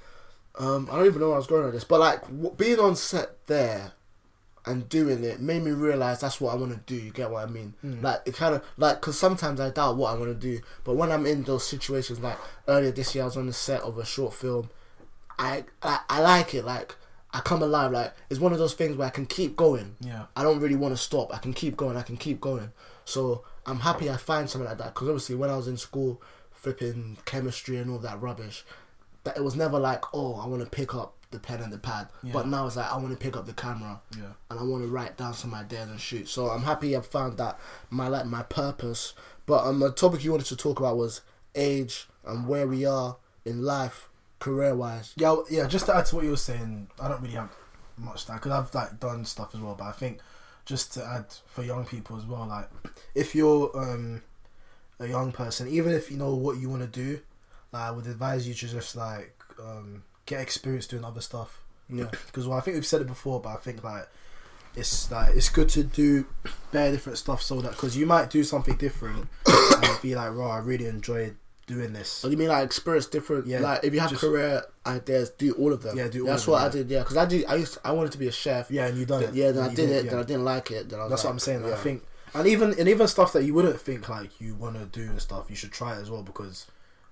C: um, I don't even know where I was going with this. But like, w- being on set there and doing it made me realize that's what I want to do. You get what I mean? Like, it kind of like because sometimes I doubt what I want to do. But when I'm in those situations, like earlier this year, I was on the set of a short film. I I, I like it. Like, I come alive. Like, it's one of those things where I can keep going.
D: Yeah.
C: I don't really want to stop. I can keep going. I can keep going. So I'm happy I find something like that because obviously when I was in school, flipping chemistry and all that rubbish, that it was never like oh I want to pick up the pen and the pad. But now it's like I want to pick up the camera
D: Yeah.
C: and I want to write down some ideas and shoot. So I'm happy I found that my like my purpose. But um, the topic you wanted to talk about was age and where we are in life, career wise.
D: Yeah, well, yeah. Just to add to what you were saying, I don't really have much that because I've like done stuff as well. But I think just to add for young people as well, like if you're um, a young person, even if you know what you want to do, like, I would advise you to just like um, get experience doing other stuff.
C: Yeah.
D: Because well, I think we've said it before, but I think like it's like it's good to do bare different stuff so that because you might do something different and be like, "Raw, I really enjoyed doing this."
C: So Oh, you mean like experience different?
D: Yeah,
C: like if you have
D: just-
C: career ideas, do all of them.
D: Yeah, do all
C: That's
D: of them,
C: what I
D: yeah.
C: did. Yeah, because I did. I used. I wanted to be a chef.
D: Yeah, and you done
C: Th-
D: it.
C: Yeah, then I
D: You
C: did it.
D: yeah.
C: Then I didn't like it. Then I was
D: That's
C: like,
D: what I'm saying. like,
C: yeah.
D: I think, and even and even stuff that you wouldn't think like you want to do and stuff, you should try it as well because,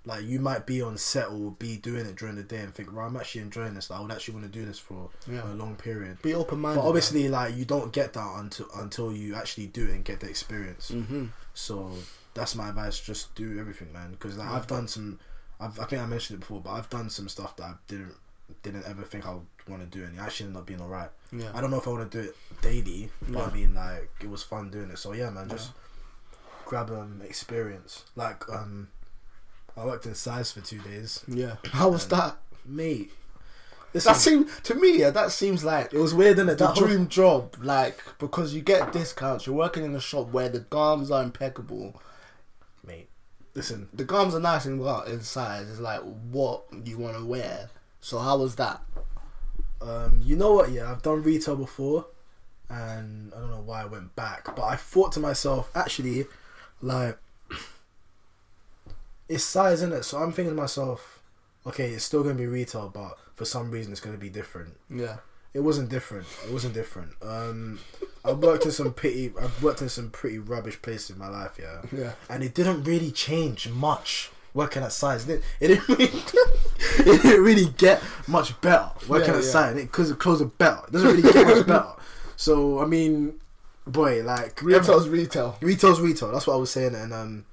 D: like, you might be on set or be doing it during the day and think, right, I'm actually enjoying this. Like, I would actually want to do this for
C: Yeah.
D: a long period.
C: be open minded.
D: But obviously, like, you don't get that until until you actually do it and get the experience. Mm-hmm. So that's my advice. Just do everything, man. Because like, I've done some, I've, I think I mentioned it before, but I've done some stuff that I didn't didn't ever think I would want to do, and it actually ended up being alright.
C: Yeah.
D: I don't know if I want to do it daily, but I mean, like, it was fun doing it. So yeah, man, just grab um experience. Like um, I worked in size for two days,
C: yeah. How was that?
D: mate. Listen,
C: That seemed to me. Yeah, that seems like
D: it was weird, innit?
C: the
D: That whole-
C: dream job. Like because you get discounts. You're working in a shop where the garms are impeccable.
D: mate. Listen,
C: The garms are nice and well in size. It's like what you want to wear. So how was that?
D: Um, you know what? Yeah, I've done retail before, and I don't know why I went back, but I thought to myself, actually, like, it's size in it. So I'm thinking to myself, okay, it's still gonna be retail, but for some reason it's gonna be different.
C: Yeah.
D: It wasn't different. It wasn't different. Um, I worked in some pretty, I've worked in some pretty rubbish places in my life, yeah.
C: Yeah.
D: And it didn't really change much working at size. It didn't, it didn't, really, it didn't really get much better working
C: Yeah,
D: at
C: yeah.
D: size. It cause it closed a better. It doesn't really get much better. So I mean, boy, like every-
C: Retail's retail.
D: retail's retail. That's what I was saying, and um,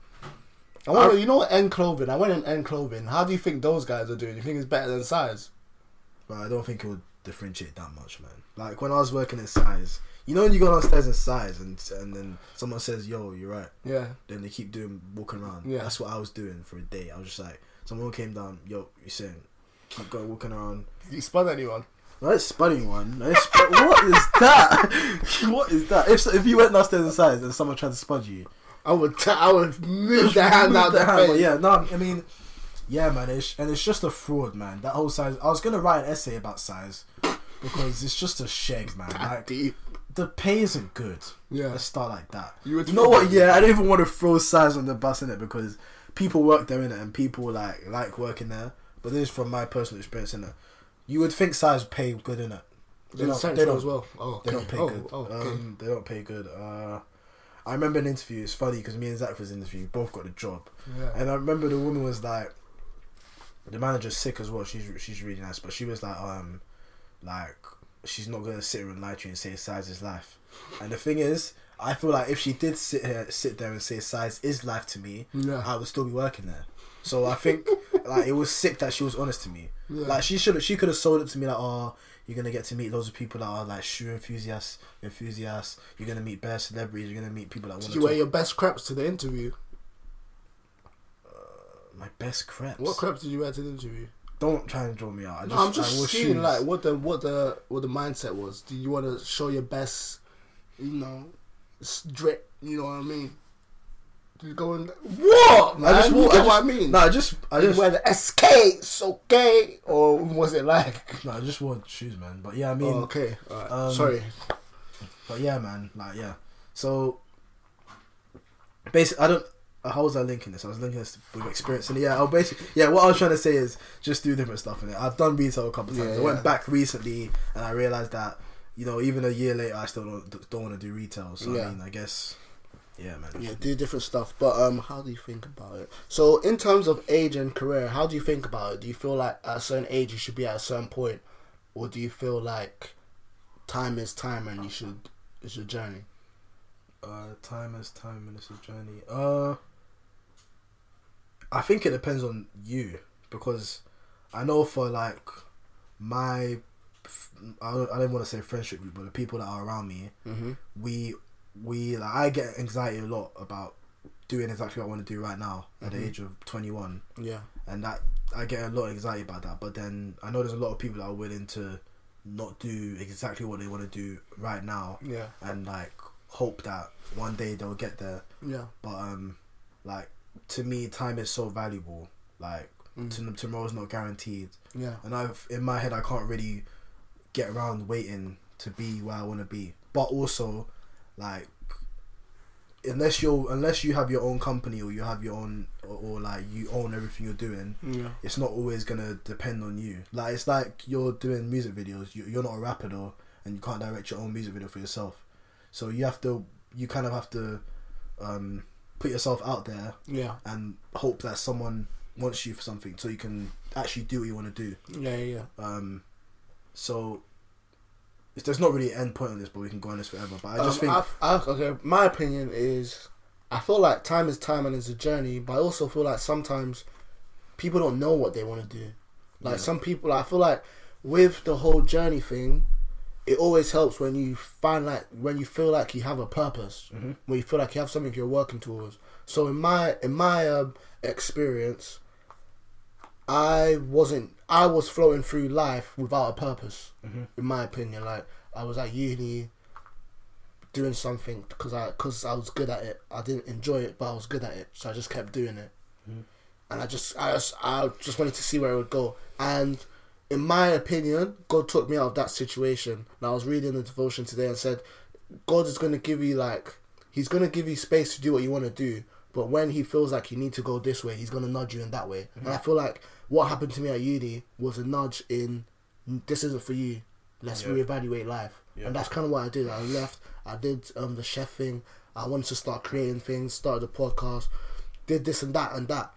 C: I wonder, you know what, N Clothing. I went in N Clothing. How do you think those guys are doing? You think it's better than size?
D: but I don't think it would differentiate that much, man. Like when I was working in size, you know, when you go downstairs in size, and and then someone says, "Yo, you're right,"
C: Yeah.
D: then they keep doing walking around.
C: Yeah.
D: that's what I was doing for a day. I was just like, someone came down, "Yo, you saying." Keep going walking around.
C: You spun anyone?
D: That's spotting one. That's sp- what is that? what is that? If if you went downstairs in size and someone tried to spud you,
C: I would. T- I would move the hand out
D: the
C: the
D: hand, but
C: face.
D: yeah, no, I mean, yeah, man, it's, and it's just a fraud, man. That whole size. I was gonna write an essay about size because it's just a shag, man. Like
C: Ah, Deep.
D: the pay isn't good.
C: Yeah.
D: let's start like that.
C: You
D: You,
C: would-
D: know what? Yeah, I don't even want to throw size on the bus in it because people work there in it and people like like working there. But this is from my personal experience in it. You would think size pay good in it.
C: In Central as well. Oh, okay.
D: They don't pay
C: Oh,
D: good.
C: oh, okay.
D: um, they don't pay good. Uh, I remember an interview. It's funny because me and Zach was interviewed. Both got the job,
C: Yeah.
D: and I remember the woman was like, the manager's sick as well. She's she's really nice, but she was like, um, like she's not gonna sit here and lie to you and say size is life. And the thing is, I feel like if she did sit here, sit there and say size is life to me,
C: Yeah.
D: I would still be working there. So I think like it was sick that she was honest to me.
C: Yeah.
D: Like she should she could have sold it to me like, oh, you're gonna get to meet loads of people that are like shoe enthusiasts, enthusiasts. You're gonna meet bear celebrities. You're gonna meet people that want
C: Did
D: to.
C: you wear your best crepes to the interview?
D: My best crepes.
C: What crepes did you wear to the interview?
D: Don't try and draw me out. I just,
C: No, I'm
D: I
C: just
D: wore
C: seeing
D: shoes.
C: like what the what the what the mindset was. Do you want to show your best? You know, s- drip. You know what I mean? Just going. What? Man?
D: I just
C: you
D: wore-
C: know
D: I
C: what I
D: just-
C: mean?
D: No, I just, I
C: You
D: just,
C: wear the SKs, okay? Or was it like?
D: no, I just wore shoes, man. But yeah, I mean,
C: Oh, okay, alright.
D: um,
C: Sorry.
D: But yeah, man, like yeah. So basically, I don't. uh, How was I linking this? I was linking this with experience, and yeah, I'll basically yeah. What I was trying to say is just do different stuff in it. I've done retail a couple of times.
C: Yeah,
D: I
C: yeah.
D: went back recently, and I realized that you know even a year later, I still don't, don't want to do retail. So
C: Yeah.
D: I mean, I guess yeah, man.
C: Yeah, do different stuff. But um, how do you think about it? So, in terms of age and career, how do you think about it? Do you feel like at a certain age you should be at a certain point, or do you feel like time is time and you should it's your journey?
D: Uh, time is time, and it's a journey. Uh, I think it depends on you because I know for like my, f- I don't, I don't want to say friendship group, but the people that are around me, we we like I get anxiety a lot about doing exactly what I want to do right now at the age of twenty one
C: Yeah,
D: and that I get a lot of anxiety about that. But then I know there's a lot of people that are willing to not do exactly what they want to do right now.
C: Yeah.
D: And like hope that one day they'll get there.
C: yeah,
D: But um, like to me, time is so valuable. Like to, tomorrow's not guaranteed.
C: Mm. Yeah.
D: And I've in my head, I can't really get around waiting to be where I want to be. But also, like unless you're unless you have your own company or you have your own or, or like you own everything you're doing
C: Yeah.
D: it's not always gonna depend on you like it's like you're doing music videos you, you're not a rapper though and you can't direct your own music video for yourself so you have to you kind of have to um put yourself out there
C: yeah,
D: and hope that someone wants you for something so you can actually do what you want to do
C: yeah, yeah.
D: um so it's- there's not really an end point on this but we can go on this forever but i just think
C: Um, I, I, okay, my opinion is, I feel like time is time and it's a journey, but I also feel like sometimes people don't know what they want to do. Like some people, I feel like with the whole journey thing, it always helps when you find like when you feel like you have a purpose,
D: Mm-hmm.
C: when you feel like you have something you're working towards. So in my in my um, experience, I wasn't. I was floating through life without a purpose, in my opinion. Like I was at uni, doing something because I because I was good at it. I didn't enjoy it, but I was good at it, so I just kept doing it. And I just I just, I just wanted to see where it would go. And in my opinion, God took me out of that situation. And I was reading the devotion today and said, God is going to give you like He's going to give you space to do what you want to do. But when he feels like you need to go this way, he's gonna nudge you in that way. And I feel like what happened to me at uni was a nudge in this isn't for you. Let's reevaluate life. And that's kind of what I did. I left. I did um, the chef thing. I wanted to start creating things. Started a podcast. Did this and that and that.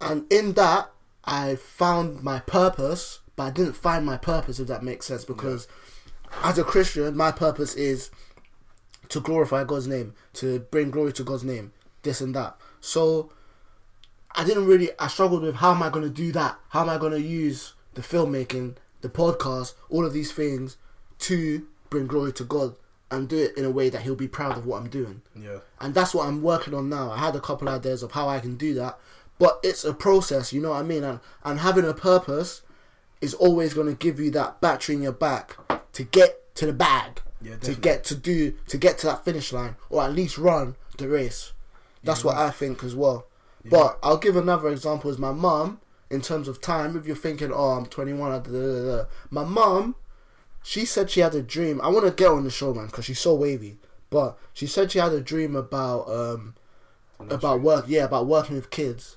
C: And in that, I found my purpose, but I didn't find my purpose. If that makes sense, because as a Christian, my purpose is to glorify God's name, to bring glory to God's name, this and that. So I didn't really. I struggled with how am I going to do that? How am I going to use the filmmaking, the podcast, all of these things to bring glory to God and do it in a way that He'll be proud of what I'm doing.
D: Yeah.
C: And that's what I'm working on now. I had a couple ideas of how I can do that, but it's a process. You know what I mean? And and having a purpose is always going to give you that battery in your back to get to the bag,
D: Yeah,
C: to
D: definitely.
C: get to do to get to that finish line or at least run the race. That's what I think as well. But I'll give another example is my mum in terms of time. If you're thinking, oh, I'm 21, ah, da, da, da, da. my mum, she said she had a dream. I want to get on the show, man, because she's so wavy. But she said she had a dream about um about work, yeah, about working with kids.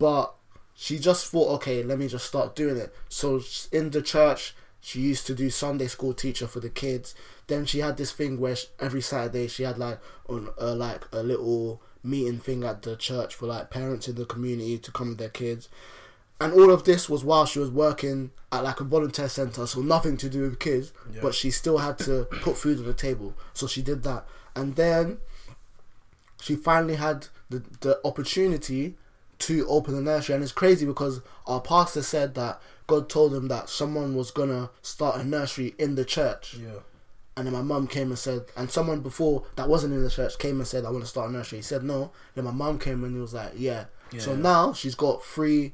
C: But she just thought, okay, let me just start doing it. So s- in the church, she used to do Sunday school teacher for the kids. Then she had this thing where sh every Saturday she had like on uh, like a little meeting thing at the church for like parents in the community to come with their kids. And all of this was while she was working at like a volunteer center, so nothing to do with kids, but she still had to put food on the table. So she did that. And then she finally had the, the opportunity to open the nursery and it's crazy because our pastor said that God told him that someone was gonna start a nursery in the church
D: Yeah.
C: and then my mum came and said and someone before that wasn't in the church came and said I wanna start a nursery. He said no. Then my mum came and he was like, Yeah. so
D: Yeah.
C: now she's got three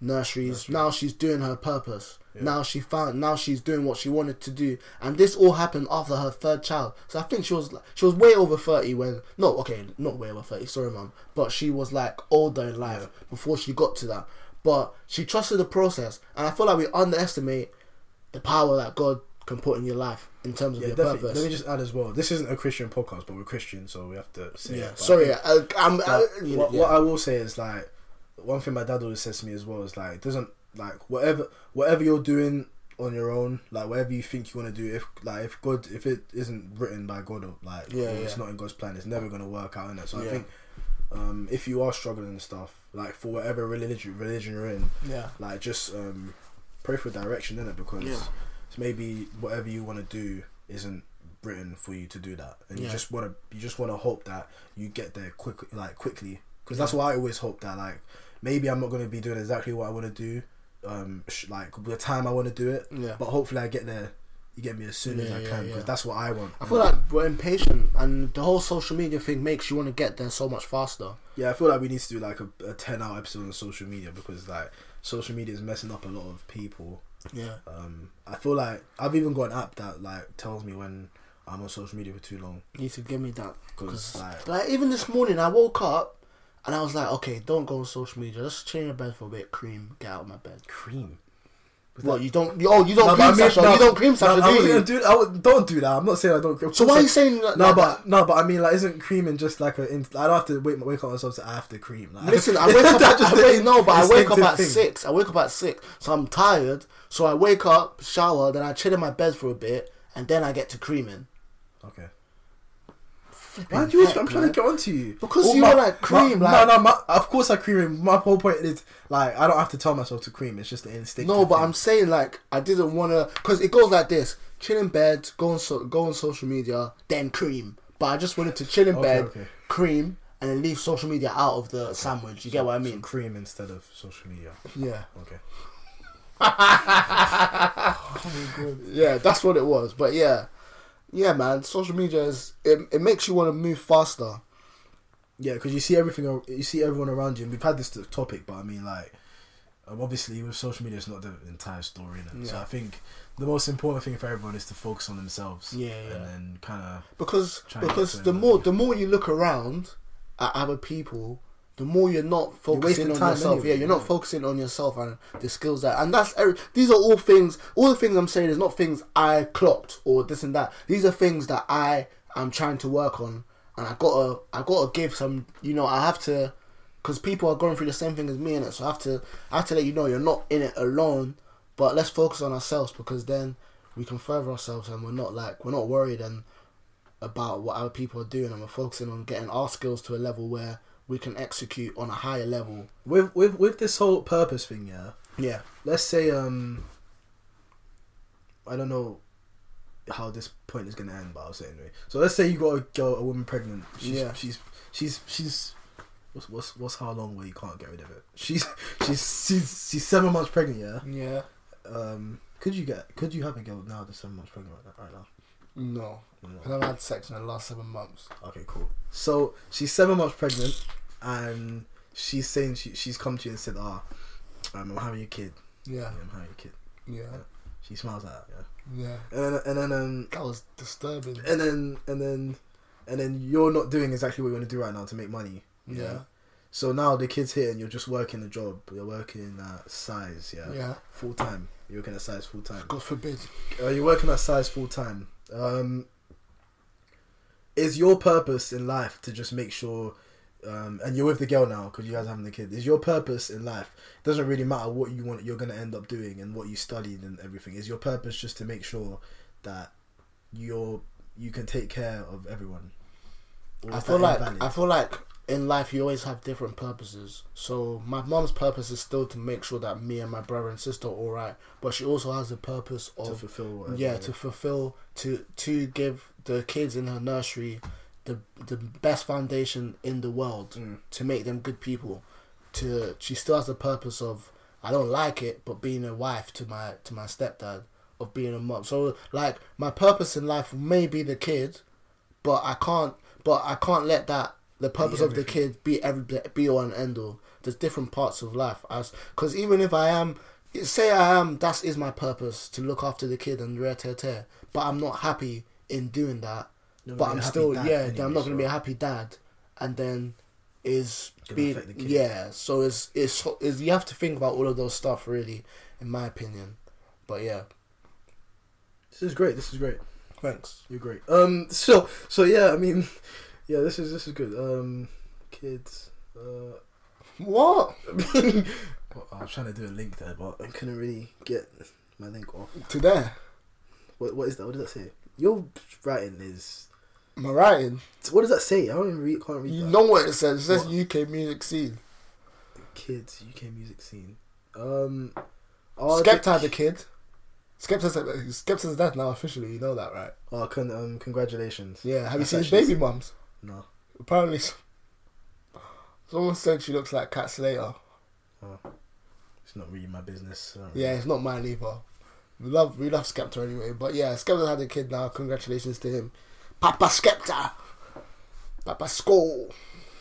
C: nurseries. Now she's doing her purpose. Now she found now she's doing what she wanted to do. And this all happened after her third child. So I think she was like she was way over thirty when no, okay, not way over thirty, sorry mum. But she was like older in life before she got to that. But she trusted the process and I feel like we underestimate the power that God can put in your life in terms of
D: Yeah,
C: your
D: definitely.
C: purpose.
D: Let me just add as well. This isn't a Christian podcast, but we're Christian, so we have to say.
C: yeah,
D: it. But I
C: sorry,
D: think-
C: I, I'm. I,
D: But
C: you know,
D: what,
C: yeah.
D: what I will say is like one thing my dad always says to me as well is like it doesn't like whatever whatever you're doing on your own like whatever you think you want to do if like if God if it isn't written by God or like
C: Yeah,
D: or it's
C: yeah.
D: not in God's plan it's never gonna work out in it so
C: Yeah.
D: I think um, if you are struggling and stuff like for whatever religion religion you're in
C: Yeah.
D: like just um, pray for direction in it because
C: Yeah.
D: maybe whatever you want to do isn't written for you to do that and
C: Yeah.
D: you just want to you just want to hope that you get there quick like quickly because that's why I always hope that like maybe I'm not going to be doing exactly what I want to do um sh- like the time I want to do it
C: Yeah.
D: but hopefully I get there you get me as soon as
C: Yeah,
D: I
C: yeah,
D: can because
C: yeah.
D: that's what I want
C: I feel like we're impatient, and the whole social media thing makes you want to get there so much faster.
D: yeah I feel like we need to do like a, a 10 hour episode on social media because like social media is messing up a lot of people
C: Yeah,
D: um I feel like I've even got an app that like tells me when I'm on social media for too long
C: you need to give me that.
D: 'Cause,
C: like,
D: like-
C: even this morning, I woke up and I was like, okay, don't go on social media. Just chill in your bed for a bit, cream, get out of my bed.
D: cream
C: What you don't? You, oh, you don't
D: No, but
C: cream
D: I mean-
C: Sasha.
D: no,
C: you don't cream
D: no,
C: Sasha,
D: no, I
C: do
D: wasn't
C: you?
D: gonna do that. I would- don't do that. I'm not saying I don't cream.
C: So why are you saying that?
D: No,
C: like
D: but
C: that?
D: no, but I mean, like, isn't cream and just like a? In, I don't have to wake wake up myself to I have to cream. Like,
C: Listen, I wake up.
D: that's
C: At,
D: just
C: I
D: an
C: wake, no, but I wake up
D: instinctive
C: at
D: thing.
C: six. I wake up at six, so I'm tired. So I wake up, shower, then I chill in my bed for a bit, and then I get to creaming.
D: Okay. Why do you?
C: heck,
D: I'm trying
C: man.
D: to get onto you
C: Because
D: All
C: you were like, cream,
D: My,
C: like-
D: no, no. My, of course I cream. My whole point is like I don't have to tell myself to cream. It's just an instinct.
C: No, but I'm saying like I didn't want to because it goes like this: chill in bed, go on so, go on social media, then cream. But I just wanted to chill in
D: Okay,
C: bed,
D: okay.
C: cream, and then leave social media out of the sandwich. You get what I mean?
D: cream instead of social media.
C: Yeah,
D: Okay.
C: yeah, that's what it was. But yeah, yeah, man, social media is it, it makes you want to move faster.
D: Yeah, because you see everything, ar- you see everyone around you, and we've had this t- topic, but I mean, like, um, obviously with social media, it's not the entire story, innit? So I think the most important thing for everyone is to focus on themselves.
C: Yeah, yeah.
D: And then kind of.
C: because
D: Try and
C: because
D: get
C: the
D: to
C: more the more you look around at other people, the more you're not focusing
D: wasting
C: on
D: time
C: yourself.
D: anyway,
C: yeah, you're not
D: yeah.
C: focusing on yourself and the skills that and that's every, these are all things. All the things I'm saying is not things I clocked or this and that. These are things that I am trying to work on, and I gotta I gotta give some. You know, I have to. Because people are going through the same thing as me in it, so I have to, I have to let you know you're not in it alone. But let's focus on ourselves because then we can further ourselves, and we're not like we're not worried, and about what other people are doing and we're focusing on getting our skills to a level where we can execute on a higher level.
D: With, with, with this whole purpose thing, yeah,
C: Yeah.
D: let's say, um, I don't know how this point is gonna end, but I'll say it anyway. So let's say you got a girl, a woman pregnant. She's,
C: Yeah.
D: She's she's she's what's what's what's how long where you can't get rid of it. She's she's she's she's seven months pregnant. Yeah.
C: Yeah.
D: Um. Could you get? Could you have a girl now that's seven months pregnant right now? Right now?
C: No.
D: No.
C: I haven't had sex in the last seven months.
D: Okay, cool. So she's seven months pregnant, and she's saying she, she's come to you and said, "Ah, um, I'm having a kid.
C: Yeah.
D: Yeah, I'm having a kid."
C: Yeah.
D: She smiles at that,
C: Yeah.
D: yeah. And then, and then, um,
C: That was disturbing.
D: and then, and then, and then you're not doing exactly what you want to do right now to make money.
C: Yeah.
D: So now the kid's here, and you're just working a job. You're working at size, yeah,
C: Yeah.
D: full time. You're working at size full time.
C: God forbid.
D: Uh, you're working at size full time. Um, is your purpose in life to just make sure, um, and you're with the girl now because you guys are having the kid. Is your purpose in life doesn't really matter what you want, you're gonna end up doing and what you studied and everything. Is your purpose just to make sure that you're you can take care of everyone? Or
C: I
D: is
C: feel
D: that
C: like
D: invalid?
C: I feel like in life you always have different purposes. So my mom's purpose is still to make sure that me and my brother and sister are all right, but she also has the purpose
D: to
C: of
D: fulfill whatever.
C: yeah to fulfill to to give the kids in her nursery the the best foundation in the world
D: Mm.
C: to make them good people. To she still has the purpose of I don't like it, but being a wife to my to my stepdad, of being a mom. So like my purpose in life may be the kid, but I can't but I can't let that the purpose of the
D: everything.
C: kid be every be all and end all. There's different parts of life as because even if I am say I am that is my purpose to look after the kid and rare tear tear, but I'm not happy in doing that.
D: You're not
C: But
D: gonna be
C: I'm
D: a happy
C: still
D: dad
C: yeah,
D: anyway,
C: I'm not gonna be
D: so-
C: a happy dad, and then is
D: Gonna
C: be
D: affect the kid.
C: yeah. So it's it's is you have to think about all of those stuff really, in my opinion. But yeah,
D: This is great. This is great.
C: thanks.
D: You're great. Um. So so yeah. I mean, yeah. This is this is good. Um. Kids. Uh.
C: What
D: Well, I was trying to do a link there, but I couldn't really get my link off.
C: to there?
D: What, what is that? What does that say? Your writing is.
C: Am I writing?
D: What does that say? I don't even read. Can't read.
C: You
D: that.
C: know what it says? It says
D: What?
C: UK music scene.
D: kids UK music scene. Um. are the-
C: Skepta the kid. Skepta's Skepta's dead now officially. You know that, right?
D: Oh, con- um, congratulations.
C: Yeah. Have you
D: That's
C: seen his
D: actually-
C: baby mums?
D: No.
C: Apparently, s- someone said she looks like Cat Slater.
D: uh, It's not really my business. I don't
C: Yeah, it's not mine either. We love we love Skepta anyway, but yeah, Skepta had a kid now. Congratulations to him, Papa Skepta, Papa Skull.
D: really-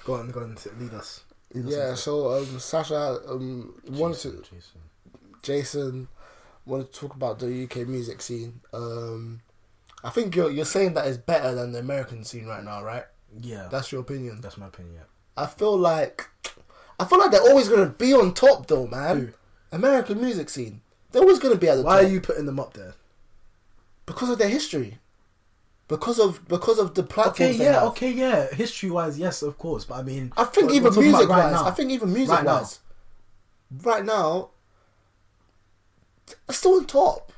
D: Go on, go on. t- Lead us. Lead us
C: Yeah,
D: into-
C: so um, Sasha um wanted
D: Jason,
C: to
D: Jason.
C: Jason wanted to talk about the UK music scene. Um, I think you're you're saying that it's better than the American scene right now, right?
D: Yeah. That's
C: That's your opinion.
D: that's my opinion. Yeah.
C: I feel like I feel like they're always gonna be on top though, man.
D: Who?
C: American music scene, they're always gonna be at the
D: Why
C: top.
D: are you putting them up there?
C: because of their history, because of because of the platform.
D: Okay, yeah, okay, yeah. History wise, yes, of course. But I mean,
C: I think
D: we're- we're
C: even
D: talking about
C: music
D: right
C: wise,
D: now.
C: I think even music
D: Right now.
C: wise, right now, they're still on top.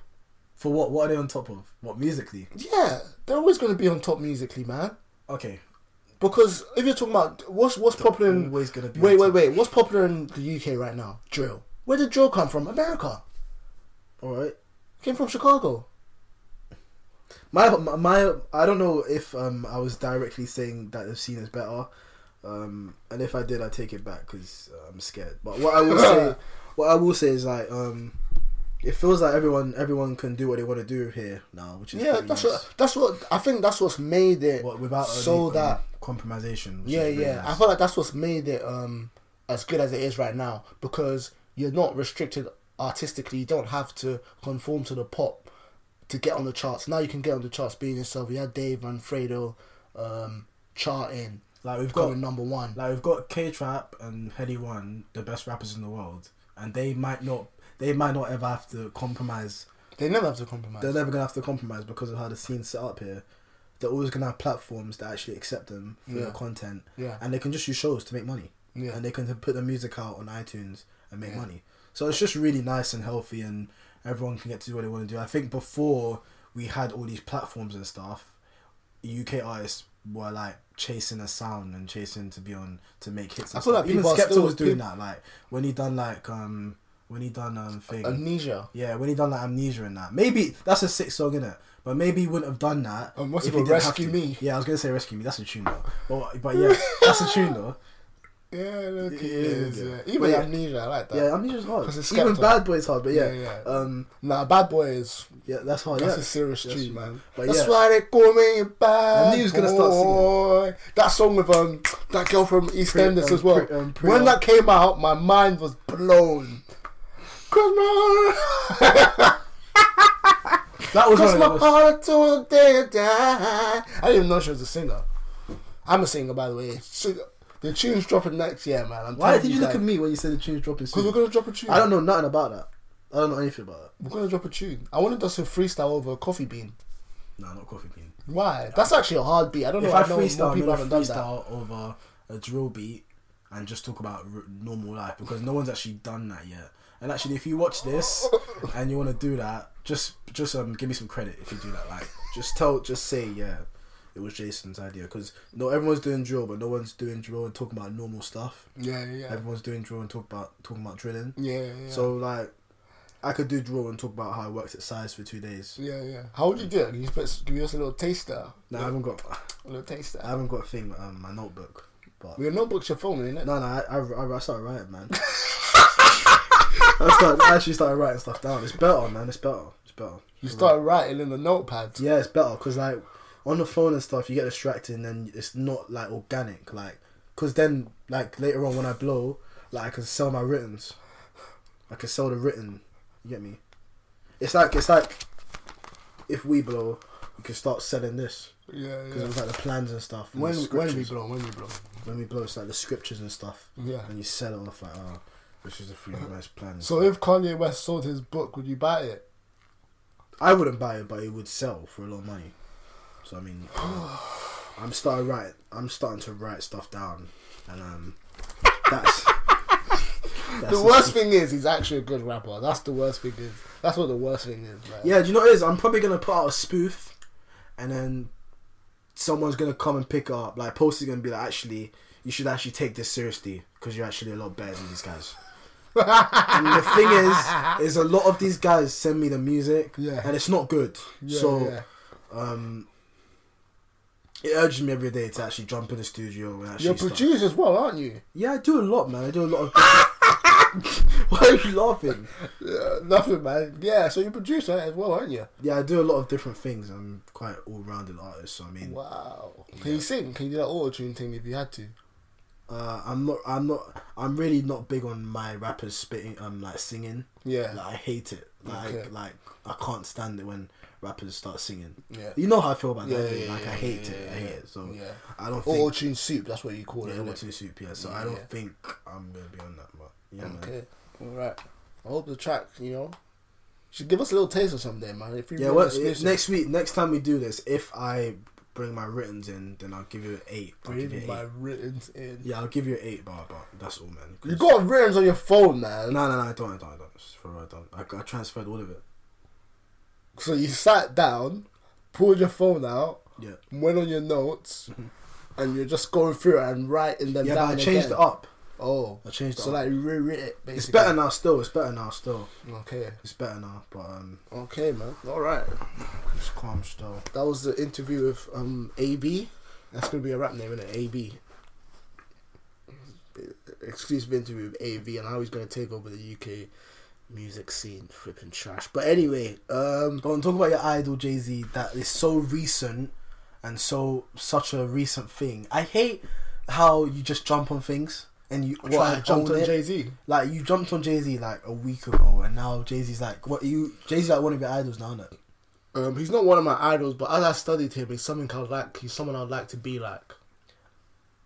D: For what? What are they on top of? What musically?
C: Yeah, they're always gonna be on top musically, man.
D: Okay,
C: Because if you're talking about what's what's popular in
D: always gonna be
C: wait
D: on
C: wait
D: top.
C: wait what's popular in the UK right now? Drill. Where did drill come from? America.
D: all right.
C: Came from Chicago.
D: My, my my I don't know if um I was directly saying that the scene is better, um and if I did I take it back because uh, I'm scared. But what I will say, what I will say is like um, it feels like everyone everyone can do what they want to do here now, which is
C: Yeah,
D: pretty
C: that's
D: nice.
C: what that's what I think. That's what's made it.
D: But without
C: so
D: any,
C: that
D: um, compromisation. which
C: yeah
D: is really
C: yeah, I
D: nice.
C: feel like that's what's made it um as good as it is right now because you're not restricted artistically. You don't have to conform to the pop to get on the charts. Now you can get on the charts being yourself. You had Dave and Fredo um, charting,
D: like we've got
C: going number one.
D: Like we've got K Trap and Heady One, the best rappers in the world, and they might not they might not ever have to compromise.
C: they never have to compromise.
D: They're never gonna have to compromise because of how the scene's set up here. They're always gonna have platforms that actually accept them for
C: Yeah.
D: their content.
C: Yeah.
D: And they can just use shows to make money.
C: Yeah.
D: And they can put their music out on iTunes and make money. So it's just really nice and healthy and everyone can get to do what they want to do. I think before we had all these platforms and stuff, UK artists were like chasing a sound and chasing to be on to make hits. And
C: I feel like
D: stuff. even
C: people are
D: Skepta
C: still-
D: was doing
C: peop-
D: that. Like when he done like um when he done um thing.
C: Amnesia.
D: yeah, when he done like amnesia and that. Maybe that's a sick song, innit? But maybe he wouldn't have done that.
C: And what's
D: if
C: about
D: he didn't have
C: Rescue
D: to.
C: Me?
D: Yeah, I was gonna say rescue me. That's a tune though. But but yeah, that's a tune though.
C: Yeah, look, it
D: Yeah,
C: is.
D: yeah.
C: Yeah.
D: But
C: uh, Even
D: yeah.
C: Amnesia, I like that.
D: Yeah, amnesia's hard.
C: 'Cause it's
D: Even
C: Skepta.
D: bad boy's hard. But yeah,
C: Yeah, yeah.
D: um,
C: Nah, Bad Boy is.
D: yeah, that's hard.
C: That's
D: yeah.
C: a serious
D: That's-
C: tune, man.
D: But
C: That's
D: yeah.
C: why they call me bad.
D: I knew he was gonna start singing.
C: boy. That song with um that girl from EastEnders
D: um,
C: as well.
D: Pri- um, Priya.
C: when that came out, my mind was blown. Cause my,
D: That was one
C: cause
D: of
C: my
D: the most-
C: heart to the day I die. I didn't even know she was a singer. I'm a singer, by the way. So, the tune's dropping next year, man. I'm
D: Why
C: telling
D: did you look
C: guys.
D: at me when you said the tune's dropping soon?
C: Because we're gonna drop a tune.
D: I don't know nothing about that. I don't know anything about that.
C: We're gonna drop a tune. I wanted us to freestyle over a coffee bean.
D: No, not coffee bean.
C: Why? That's actually a hard beat. I don't
D: If
C: know.
D: I
C: know more
D: freestyle, I'm
C: people
D: gonna
C: haven't done that.
D: freestyle over a drill beat and just talk about r- normal life because no one's actually done that yet. And actually, if you watch this and you want to do that, just just um give me some credit if you do that. Like just tell, just say yeah, it was Jason's idea because no everyone's doing drill, but no one's doing drill and talking about normal stuff.
C: Yeah, yeah, yeah.
D: Everyone's doing drill and talk about talking about drilling.
C: Yeah, yeah, yeah.
D: So like, I could do drill and talk about how I worked at size for two days.
C: yeah, yeah. How would you do it? Can you put, give us a little taster?
D: No, I haven't got
C: A little taster.
D: I haven't got a thing um my notebook, but
C: Well, your notebooks are filming, innit?
D: No, no, I, I, I started writing, man. I, started, I actually started writing stuff down. It's better, man. It's better. It's better.
C: You start writing in the notepad.
D: Yeah, it's better because like on the phone and stuff, you get distracted and then it's not like organic. Like, cause then like later on when I blow, like I can sell my writtens. I can sell the written. You get me? It's like it's like if we blow, you can start selling this
C: yeah.
D: because
C: yeah.
D: it was like the plans and stuff. and
C: When,
D: the
C: when we
D: scriptures
C: blow, when we blow.
D: when we blow, it's like the scriptures and stuff.
C: Yeah.
D: And you sell it off like, oh, this is a free nice plan.
C: So if Kanye West sold his book, would you buy it?
D: I wouldn't buy it, but it would sell for a lot of money. So I mean, I'm starting right. I'm starting to write stuff down, and um, that's. that's
C: the worst thing is he's actually a good rapper. That's the worst thing is. That's what the worst thing is. Right?
D: Yeah, do you know what it is? I'm probably gonna put out a spoof, and then someone's gonna come and pick it up. Like, Post is gonna be like, actually, you should actually take this seriously because you're actually a lot better than these guys. and the thing is, is a lot of these guys send me the music,
C: Yeah.
D: and it's not good.
C: Yeah,
D: so
C: yeah.
D: um, it urges me every day to actually jump in the studio and actually.
C: You're
D: start-
C: produced as well, aren't you?
D: Yeah, I do a lot, man. I do a lot of. Why are you laughing?
C: Yeah, Uh, nothing, man. Yeah, so you're producer as well, aren't you?
D: Yeah, I do a lot of different things. I'm quite all-rounded artist, so I mean,
C: Wow. Can you sing? Can you do that auto tune thing if you had to?
D: uh, I'm not, I'm not, I'm really not big on my rappers spitting, um, like singing.
C: Yeah.
D: like, I hate it. Like,
C: Okay.
D: like I can't stand it when rappers start singing.
C: Yeah.
D: you know how I feel about
C: Yeah,
D: that.
C: yeah,
D: like,
C: yeah,
D: I hate
C: yeah,
D: it. I
C: yeah,
D: hate it. So
C: yeah.
D: I don't
C: Auto
D: think
C: tune soup. That's what you call it.
D: yeah,
C: innit?
D: auto soup. Yeah, so I
C: Yeah.
D: don't think I'm gonna be on that. But yeah, man.
C: Okay. All right. I hope the track, you know, should give us a little taste of something, man. If you
D: Yeah,
C: really
D: well,
C: exclusive.
D: next week, next time we do this, if I bring my writtens in, then I'll give you an eight. I'll give you
C: bring
D: an
C: my
D: eight.
C: written in.
D: Yeah, I'll give you an eight bar, but that's all, man. 'Cause-
C: You got written on your phone, man.
D: No, no, no, I don't, I don't, I don't. It's For real, I don't. I, I transferred all of it.
C: So you sat down, pulled your phone out,
D: Yeah.
C: went on your notes, and you're just going through it and writing them
D: Mm-hmm. Yeah,
C: down.
D: but I changed
C: again.
D: it up.
C: Oh,
D: I changed it
C: So
D: up.
C: like you rewritten it. Basically.
D: It's better now, still. It's better now, still.
C: Okay.
D: It's better now, but um,
C: Okay, man. All right.
D: it's calm still.
C: That was the interview with um AB. That's gonna be a rap name, isn't it? AB. Exclusive interview with AB and how he's gonna take over the UK music scene. Flipping trash. But anyway, um,
D: Go on, talk about your idol Jay Z. That is so recent and so such a recent thing. I hate how you just jump on things and you
C: what,
D: try
C: I
D: and
C: jumped
D: own
C: on
D: it.
C: Jay Z.
D: Like you jumped on Jay Z like a week ago, and now Jay Z's like what you Jay Z's like one of your idols now, is
C: Um, he's not one of my idols, but as I studied him, he's something I'd like. He's someone I'd like to be like.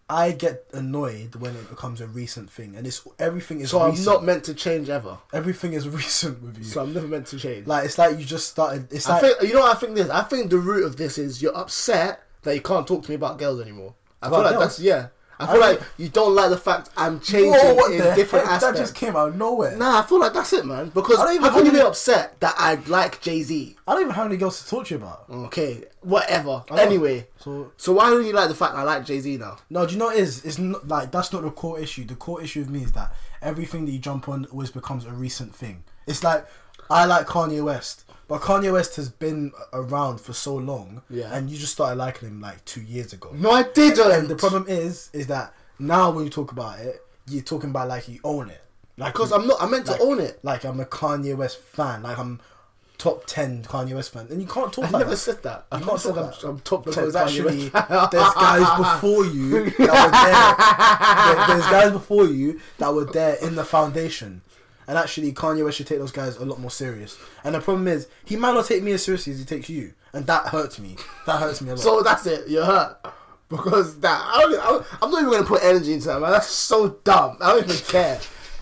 D: I get annoyed when it becomes a recent thing, and it's everything is
C: So I'm
D: recent.
C: not meant to change ever.
D: everything is recent with you.
C: So I'm never meant to change.
D: like it's like you just started. It's
C: I
D: like
C: think you know. What I think this. I think the root of this is you're upset that you can't talk to me about girls anymore. I
D: About
C: feel like
D: girls?
C: that's yeah. I feel
D: I
C: like you don't like the fact I'm changing
D: whoa, what
C: in
D: the
C: different
D: heck? That
C: aspects.
D: just came out of nowhere.
C: Nah, I feel like that's it, man. Because
D: I
C: I
D: don't
C: don't
D: even
C: how can
D: know
C: you be
D: you-
C: upset that I like Jay Z?
D: I don't even have any girls to talk to you about.
C: Okay, whatever.
D: know.
C: Anyway,
D: So-
C: so why don't you like the fact I like Jay Z now?
D: No, do you know what it is? It's not like that's not the core issue. The core issue with me is that everything that you jump on always becomes a recent thing. It's like I like Kanye West, but Kanye West has been around for so long,
C: Yeah.
D: and you just started liking him like two years ago.
C: No, I didn't.
D: And the problem is, is that now when you talk about it, you're talking about like you own it. Like,
C: because I'm not. I meant
D: like-
C: to own it.
D: Like I'm a Kanye West fan. Like I'm top ten Kanye West fan, and you can't talk
C: I
D: like
C: never
D: that.
C: said that. I
D: You
C: never
D: can't say
C: said
D: that.
C: that. I'm top
D: because
C: 10 Kanye
D: actually,
C: West fan.
D: there's guys before you that were there. There- There's guys before you that were there in the foundation. And actually, Kanye West should take those guys a lot more serious. And the problem is, he might not take me as seriously as he takes you, and that hurts me. That hurts me a lot.
C: So that's it. You're hurt. Because that, I don't, I don't- I'm not even gonna put energy into that, man. That's so dumb. I don't even care.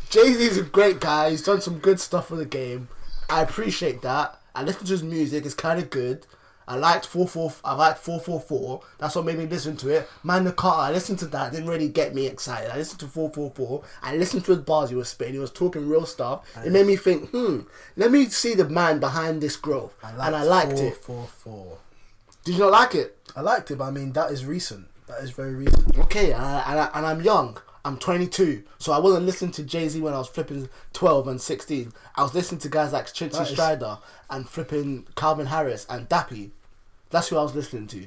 C: Jay Z's a great guy. He's done some good stuff for the game. I appreciate that. I listen to his music. It's kind of good. I liked four four. I liked four four four. That's what made me listen to it. Man the car. I listened to that. It didn't really get me excited. I listened to four four four. I listened to his bars he was spitting. He was talking real stuff. It made me think. Hmm. Let me see the man behind this growth. and I liked
D: four,
C: it.
D: Four, four.
C: Did you not like it?
D: I liked it, but I mean, that is recent. That is very recent.
C: Okay, and, I, and, I, and I'm young. I'm 22, so I wasn't listening to Jay Z when I was flipping 12 and 16. I was listening to guys like Chintzy
D: That is-
C: Strider and flipping Calvin Harris and Dappy. That's who I was listening to.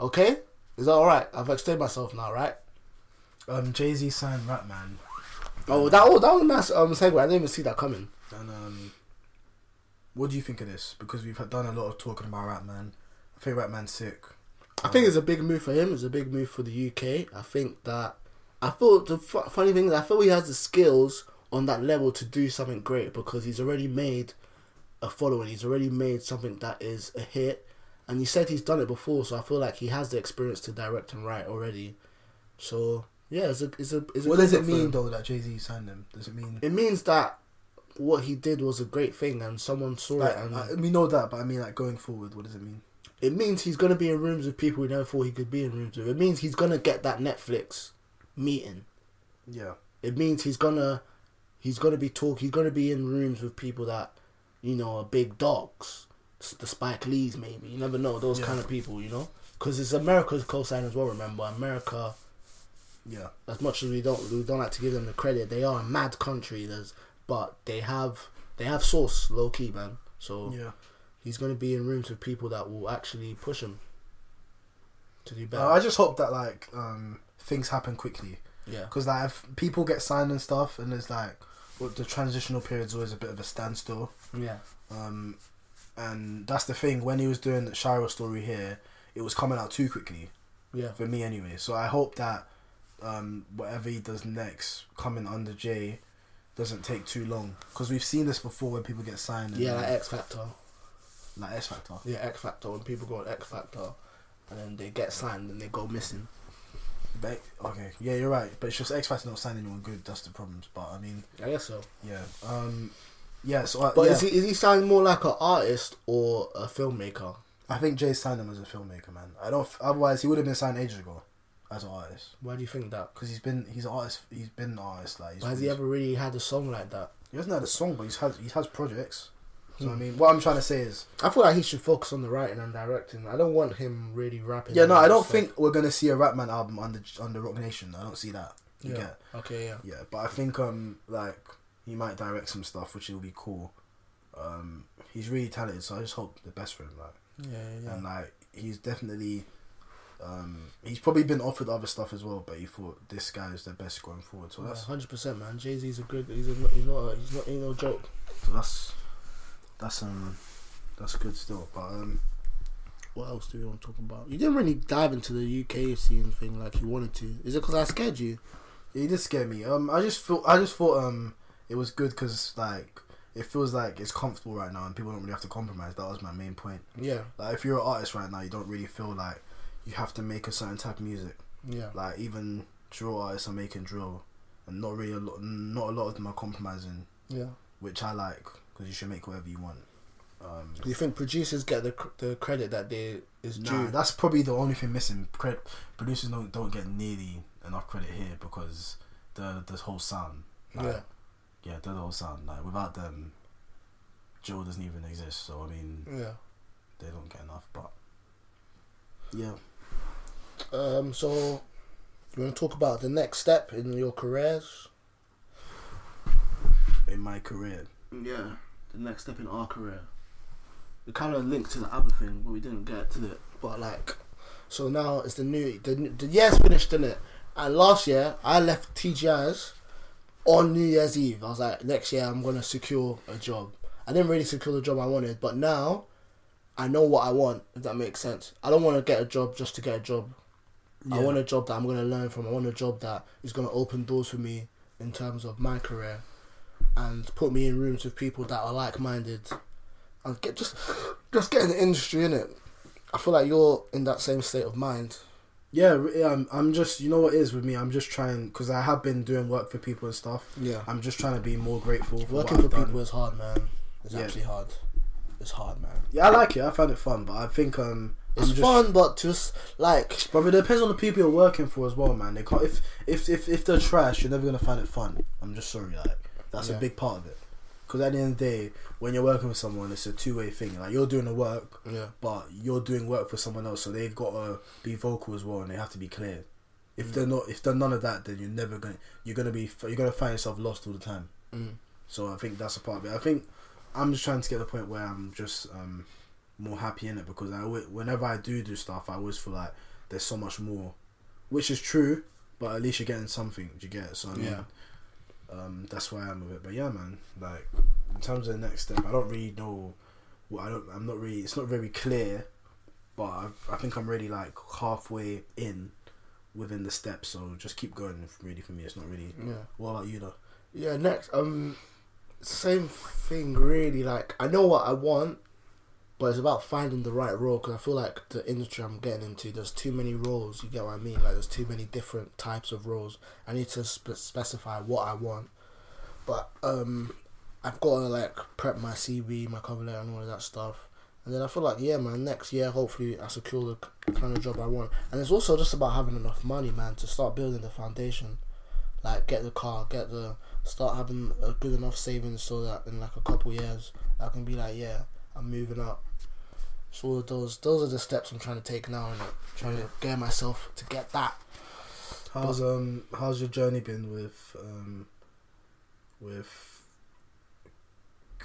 C: Okay, is that all right? I've explained myself now, right?
D: Um, Jay Z signed Ratman,
C: Oh, that oh that was a nice um segue. I didn't even see that coming.
D: and um, what do you think of this? Because we've had done a lot of talking about Ratman. I think Ratman's sick.
C: I think it's a big move for him. It's a big move for the UK. I think that I thought the f- funny thing is I feel he has the skills on that level to do something great because he's already made a following. He's already made something that is a hit, and he said he's done it before. So I feel like he has the experience to direct and write already. So yeah, it's a it's a. It's a
D: What does
C: good
D: it
C: look for
D: mean
C: him.
D: though that Jay Z signed him? Does it mean
C: It means that what he did was a great thing, and someone saw
D: like uh,
C: it. And
D: I, we know that, but I mean like going forward, what does it mean?
C: it means he's gonna be in rooms with people we never thought he could be in rooms with. It means he's gonna get that Netflix meeting.
D: Yeah,
C: It means he's gonna he's gonna be talk. He's gonna be in rooms with people that you know are big dogs, S- the Spike Lees maybe. You never know those
D: Yeah.
C: kind of people. You know, because it's America's co-sign as well. Remember, America.
D: yeah,
C: As much as we don't we don't like to give them the credit, they are a mad country. There's but they have they have source low key man. So
D: yeah.
C: he's gonna be in rooms with people that will actually push him to do better.
D: Uh, I just hope that like um things happen quickly
C: yeah.
D: because like if people get signed and stuff, and it's like well, the transitional period's always a bit of a standstill.
C: Yeah.
D: Um, and that's the thing. When he was doing the Shiro story here, it was coming out too quickly
C: Yeah.
D: for me anyway. So I hope that um, whatever he does next, coming under Jay, doesn't take too long because we've seen this before when people get signed. And
C: Yeah, like X Factor.
D: like X Factor.
C: Yeah, X Factor. When people go on X Factor, and then they get signed and they go missing.
D: But, okay, yeah, you're right. But it's just X Factor not signing anyone good. That's the problems. But I mean,
C: I guess so.
D: yeah, um, yeah. So I,
C: But
D: yeah,
C: is he is he sounding more like an artist or a filmmaker?
D: I think Jay signed him as a filmmaker, man. I don't. Otherwise, he would have been signed ages ago as an artist.
C: Why do you think that?
D: Because he's been he's an artist. He's been an artist. Like he's,
C: Has he
D: he's-
C: ever really had a song like that?
D: He hasn't had a song, but he's has he has projects. So
C: Hmm.
D: I mean, what I'm trying to say is,
C: I feel like he should focus on the writing and directing. I don't want him really rapping.
D: yeah, no,
C: and
D: I don't
C: stuff.
D: think we're gonna see a Ratman album under under Rock Nation. I don't see that. You
C: Yeah.
D: get,
C: Okay. Yeah.
D: yeah, but I think um like he might direct some stuff, which will be cool. Um, he's really talented, so I just hope the best for him. Like,
C: Yeah.
D: and like he's definitely, um, he's probably been offered other stuff as well, but he thought this guy is the best going forward. So that's
C: Hundred percent, man. Jay Z's a good. He's a, he's not. A, he's not. Ain't no joke.
D: so that's that's um that's good still, but um.
C: What else do we want to talk about? You didn't really dive into the UK scene thing like you wanted to. Is it because I scared you?
D: Yeah, It did scare me. Um, I just thought I just thought um it was good because like it feels like it's comfortable right now and people don't really have to compromise. That was my main point.
C: Yeah.
D: Like if you're an artist right now, you don't really feel like you have to make a certain type of music.
C: Yeah.
D: Like even drill artists are making drill, and not really a lot. Not a lot of them are compromising,
C: Yeah.
D: which I like because you should make whatever you want. Um,
C: Do you think producers get the cr- the credit that they is due?
D: Nah, that's probably the only thing missing. Cred- producers don't don't get nearly enough credit here because the the whole sound. like,
C: yeah.
D: yeah, they're the whole sound. Like without them, Joe doesn't even exist. So I mean,
C: Yeah.
D: they don't get enough. But yeah,
C: Um. So, you want to talk about the next step in your careers?
D: my career.
C: Yeah, the next step in our career. It kind of linked to the other thing, but we didn't get to it. But like, so now it's the new the the year's finished, is it? And last year I left TGI's on New Year's Eve. I was like, next year I'm gonna secure a job. I didn't really secure the job I wanted, but now I know what I want. If that makes sense, I don't want to get a job just to get a job. I
D: Yeah.
C: want a job that I'm gonna learn from. I want a job that is gonna open doors for me in terms of my career and put me in rooms with people that are like minded and get just just get in the industry in it. I feel like you're in that same state of mind.
D: Yeah, re- yeah, I'm, I'm just, you know what it is with me? I'm just trying, because I have been doing work for people and stuff.
C: Yeah.
D: I'm just trying to be more grateful for
C: Working
D: what
C: for
D: I've done.
C: people is hard, man. It's
D: Yeah.
C: actually hard. It's hard, man.
D: Yeah, I like it. I find it fun, but I think um, I'm
C: It's
D: just-
C: fun, but just like
D: But it depends on the people you're working for as well, man. They can't if if if, if they're trash, you're never gonna find it fun. I'm just sorry, like that's
C: Yeah.
D: a big part of it. Because at the end of the day, when you're working with someone, it's a two way thing. Like you're doing the work,
C: Yeah.
D: but you're doing work for someone else, so they've got to be vocal as well, and they have to be clear. If they're not, if they're none of that, then you're never gonna you're gonna be you're gonna find yourself lost all the time.
C: Mm.
D: So I think that's a part of it. I think I'm just trying to get to the point where I'm just um, more happy in it because I alwa- whenever I do do stuff, I always feel like there's so much more, which is true. But at least you're getting something. Do you get? So I mean,
C: Yeah.
D: um, that's why I am with it. But yeah, man, like in terms of the next step, I don't really know. What I don't, I'm not really. It's not very clear. But I, I think I'm really like halfway in within the steps. So just keep going. Really, for me, it's not really.
C: Yeah.
D: What about you though?
C: Yeah, next um same thing really like I know what I want but it's about finding the right role because I feel like the industry I'm getting into there's too many roles you get what I mean like there's too many different types of roles I need to sp- specify what I want but um I've got to like prep my CV my cover letter and all of that stuff and then I feel like yeah man next year hopefully I secure the k- kind of job I want and it's also just about having enough money man to start building the foundation like get the car, get the start having a good enough savings so that in like a couple years I can be like, yeah, I'm moving up. So those those are the steps I'm trying to take now and trying to get myself to get that.
D: How's um how's your journey been with um with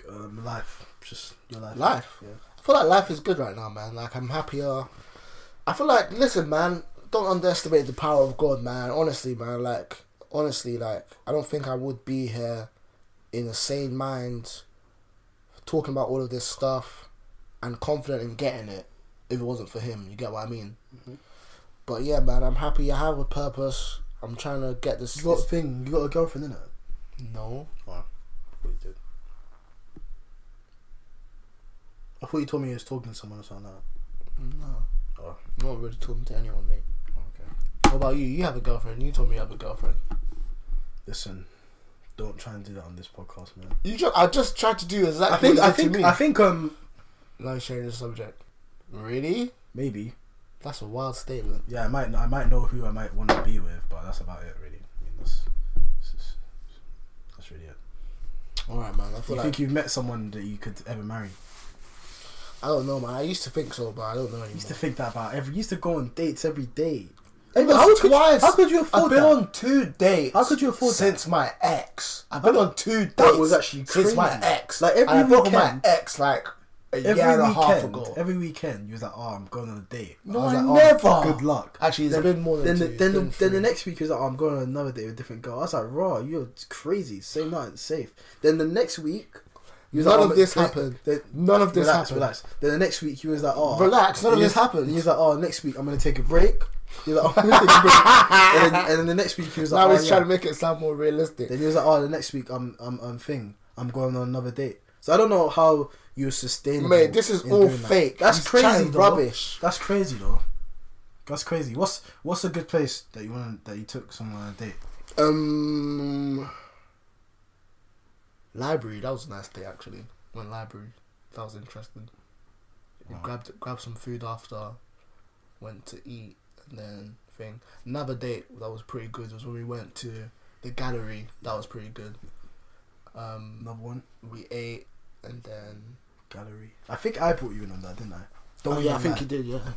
D: um life? Just your life.
C: Life?
D: Yeah.
C: I feel like life is good right now, man. Like I'm happier. I feel like listen, man. Don't underestimate the power of God, man. Honestly, man. Like honestly, like I don't think I would be here in a sane mind talking about all of this stuff and confident in getting it if it wasn't for him. You get what I mean? But yeah, man. I'm happy. I have a purpose. I'm trying to get this.
D: You got a
C: this-
D: thing. You got a girlfriend in it.
C: no.
D: Wow. What you did? I thought you told me you was talking to someone or something. Like
C: No.
D: that. Oh,
C: I'm not really talking to anyone, mate.
D: okay.
C: What about you? You have a girlfriend. You told me you have a girlfriend.
D: Listen, don't try and do that on this podcast, man.
C: You just, I just tried to do exactly.
D: I think.
C: what you
D: I
C: did to
D: think.
C: me.
D: I think. Um,
C: Now you're changing the subject. Really?
D: maybe.
C: That's a wild statement.
D: Yeah, I might. I might know who I might want to be with, but that's about it, really. I mean, that's. That's, just- that's really it.
C: All right, man. I
D: Do
C: feel
D: you
C: like
D: think you've met someone that you could ever marry?
C: I don't know, man. I used to think so, but I don't know anymore.
D: used to think that about every. Used to go on dates every day.
C: It was
D: How could you-
C: twice.
D: how could you afford
C: I've been
D: that?
C: on two dates.
D: How could you afford that?
C: since my ex? I've been on two dates.
D: That was actually
C: since my
D: crazy.
C: ex.
D: Like, every
C: and I broke up with my
D: weekend-
C: ex like a year
D: Every
C: and a
D: weekend,
C: half ago.
D: every weekend, you was like, "Oh, I'm going on a date."
C: No,
D: was
C: I
D: like, "Oh,
C: never."
D: good luck.
C: Actually, it's
D: then,
C: been more than
D: then.
C: two,
D: the,
C: it's
D: then, the,
C: been
D: then the
C: three.
D: next week, he was like, "Oh, I'm going on another date with a different girl." I was like, "Raw, you're crazy. Say nothing, safe." Then the next week, you was
C: None
D: like,
C: of
D: "Oh,
C: this
D: but-
C: happened.
D: Then,
C: None of this
D: relax,
C: happened.
D: Relax. Then the next week, you was like, "Oh,
C: Relax, none of
D: you
C: this
D: was-
C: happened.
D: You was like, "Oh, next week, I'm gonna take a break." You're like, "Oh, I'm gonna take a break." and, then, and then the next week, you was like,
C: now
D: "Oh,
C: he's
D: yeah."
C: trying to make it sound more realistic.
D: Then he was like, "Oh, the next week I'm I'm I'm thing. I'm going on another date." So I don't know how you sustain.
C: Mate, this is all fake.
D: That's
C: He's
D: crazy.
C: chatting
D: Though.
C: rubbish.
D: That's crazy though. That's crazy. What's what's a good place that you want that you took someone on a date?
C: Um, library. That was a nice day actually. Went library. That was interesting. We
D: Wow.
C: grabbed grabbed some food after. Went to eat and then thing. Another date that was pretty good was when we went to the gallery. That was pretty good. Um,
D: Another one
C: we ate and then.
D: gallery. I think I brought you in on that, didn't I?
C: Oh yeah, I think
D: lie.
C: you did. Yeah,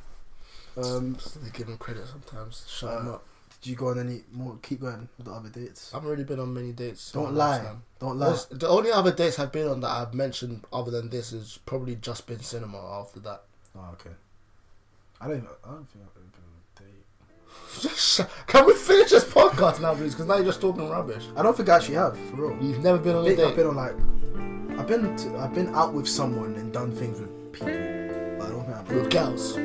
D: Um,
C: they give him credit sometimes. Shut him
D: Uh,
C: up.
D: Did you go on any more? Keep going with the other dates.
C: I haven't really been on many dates.
D: Don't
C: around
D: lie.
C: this time.
D: Don't lie.
C: What's- The only other dates I've been on that I've mentioned other than this is probably just been cinema after that.
D: Oh, okay. I don't. Even, I don't think I've ever been on a date.
C: Just sh- Can we finish this podcast now, please? Because now you're just talking rubbish.
D: I don't think I actually have for real.
C: You've never been on a
D: I've
C: date.
D: been on like, I've been to, I've been out with someone and done things with people, but I don't think I've been.
C: with girls.
D: with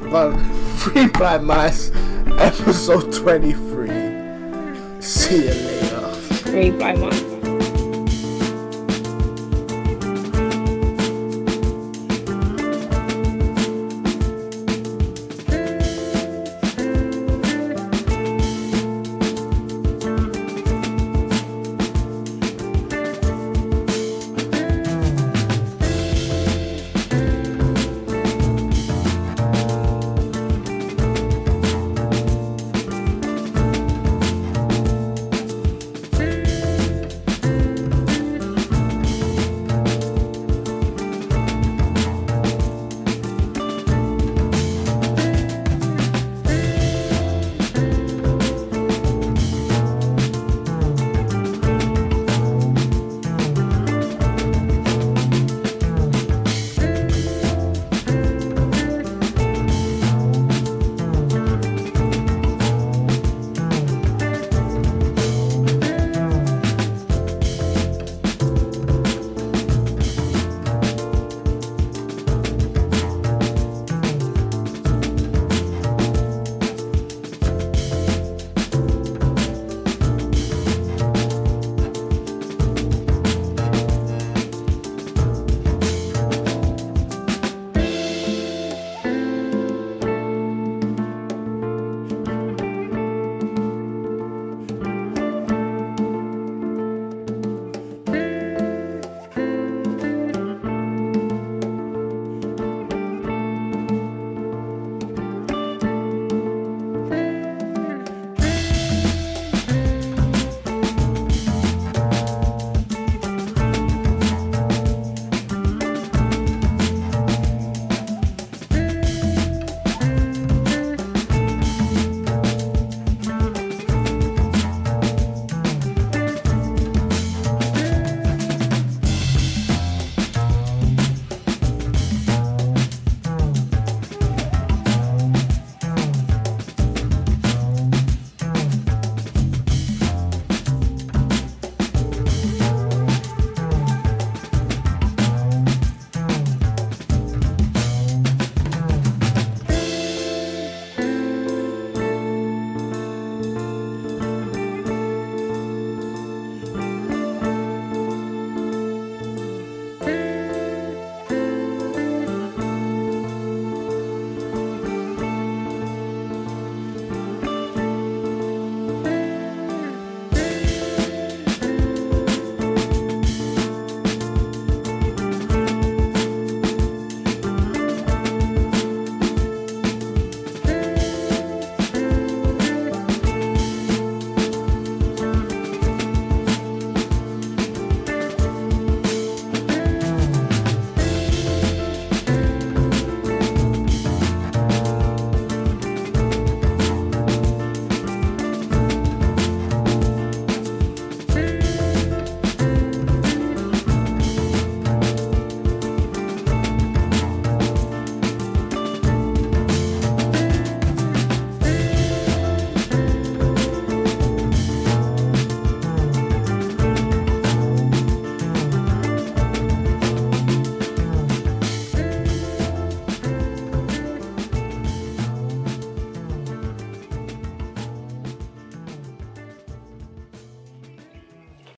D: a girl.
C: Man, Free by Mice, episode 23. See you later.
A: Three blind mice.